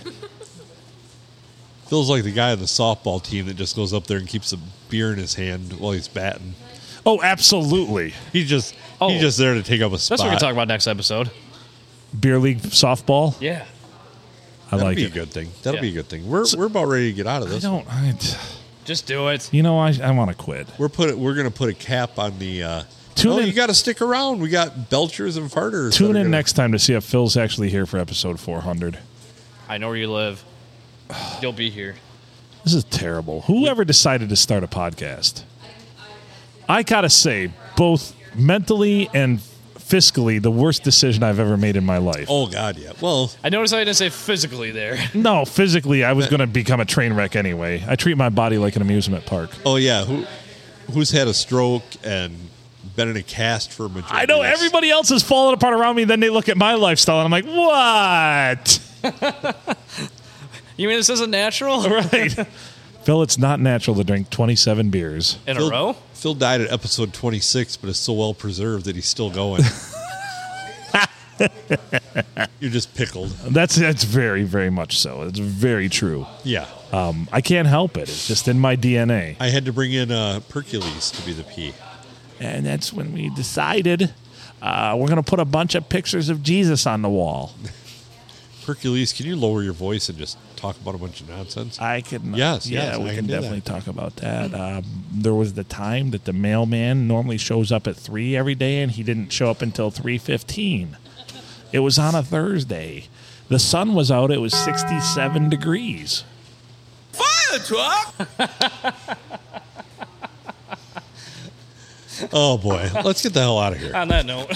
Speaker 3: Feels like the guy on the softball team that just goes up there and keeps a beer in his hand while he's batting.
Speaker 1: Oh, absolutely.
Speaker 3: He's just
Speaker 2: Oh.
Speaker 3: he's just there to take up a
Speaker 2: That's
Speaker 3: spot.
Speaker 2: what we can talk about next episode.
Speaker 1: Beer league softball.
Speaker 2: Yeah.
Speaker 1: I
Speaker 3: That'd
Speaker 1: like
Speaker 3: be
Speaker 1: it.
Speaker 3: a good thing. That'll
Speaker 2: Yeah.
Speaker 3: be a good thing. We're we're about ready to get out of
Speaker 1: I
Speaker 3: this.
Speaker 1: don't. I,
Speaker 2: Just do it.
Speaker 1: you know, I I want to quit.
Speaker 3: We're put. We're gonna put a cap on the. Uh,
Speaker 1: Tune
Speaker 3: no,
Speaker 1: in-
Speaker 3: you got to stick around. We got belchers and farters. that
Speaker 1: Tune
Speaker 3: are
Speaker 1: in
Speaker 3: gonna-
Speaker 1: next time to see if Phil's actually here for episode 400.
Speaker 2: I know where you live. You'll be here.
Speaker 1: This is terrible. Whoever decided to start a podcast, I gotta say, both mentally and fiscally, the worst decision I've ever made in my life.
Speaker 3: Oh God, yeah. Well,
Speaker 2: I noticed I didn't say physically there.
Speaker 1: No, physically, I was gonna become a train wreck anyway. I treat my body like an amusement park.
Speaker 3: oh yeah. Who, who's had a stroke and been in a cast for a majority?
Speaker 1: I know
Speaker 3: of this?
Speaker 1: everybody else is falling apart around me. Then they look at my lifestyle, and I'm like, "What?
Speaker 2: You mean this isn't natural
Speaker 1: Right, Phil? It's not natural to drink 27 beers.
Speaker 2: in a
Speaker 3: Phil,
Speaker 2: row?
Speaker 3: Phil died at episode 26, but is so well preserved that he's still going. You're just pickled.
Speaker 1: That's that's very, very much so. It's very true.
Speaker 3: Yeah.
Speaker 1: Um, I can't help it. It's just in my DNA."
Speaker 3: I had to bring in uh, Percules to be the P.
Speaker 1: And that's when we decided uh, we're going to put a bunch of pictures of Jesus on the wall.
Speaker 3: Percules, can you lower your voice and just talk about a bunch of nonsense?
Speaker 1: I can.
Speaker 3: Yes,
Speaker 1: yeah,
Speaker 3: yes,
Speaker 1: we
Speaker 3: I
Speaker 1: can,
Speaker 3: can do
Speaker 1: definitely talk about that. Um, there was the time that the mailman normally shows up at three every day, and he didn't show up until three fifteen. It was on a Thursday. The sun was out. It was sixty-seven degrees.
Speaker 10: Fire truck!
Speaker 3: Oh boy, let's get the hell out of here.
Speaker 2: On that note,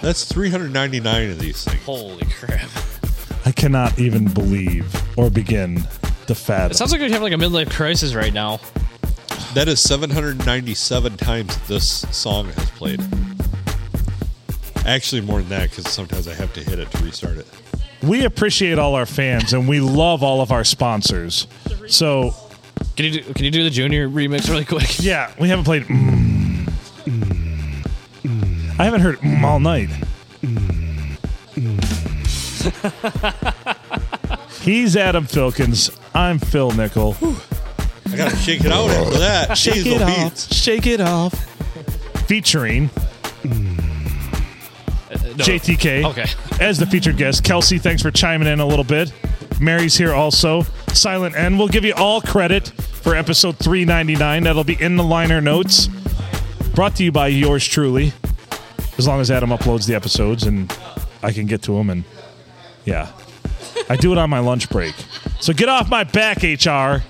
Speaker 3: That's 399 of these things.
Speaker 2: holy crap.
Speaker 1: I cannot even believe or begin to fathom.
Speaker 2: It sounds like we have like a midlife crisis right now.
Speaker 3: That is 797 times this song has played. Actually, more than that, because sometimes I have to hit it to restart it.
Speaker 1: we appreciate all our fans and we love all of our sponsors. So
Speaker 2: Can you do, can you do the junior remix really quick?
Speaker 1: yeah, we haven't played. Mm, mm, mm. I haven't heard mm all night. Mm, mm. He's Adam Filkins. I'm Phil Nickel.
Speaker 3: I gotta shake it out after that. Jeez,
Speaker 1: Shake
Speaker 3: the
Speaker 1: it off.
Speaker 3: beats.
Speaker 1: Shake it off. Featuring
Speaker 2: No.
Speaker 1: JTK.
Speaker 2: Oh. Okay.
Speaker 1: As the featured guest, Kelsey, thanks for chiming in a little bit. Mary's here also. Silent N. We'll give you all credit for episode 399. That'll be in the liner notes. Brought to you by yours truly. As long as Adam uploads the episodes and I can get to them. And yeah, I do it on my lunch break. So get off my back, HR.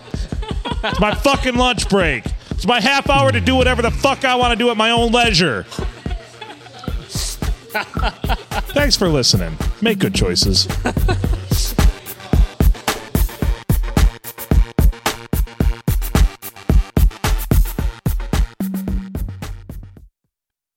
Speaker 1: It's my fucking lunch break. It's my half hour to do whatever the fuck I want to do at my own leisure. Thanks for listening. Make good choices.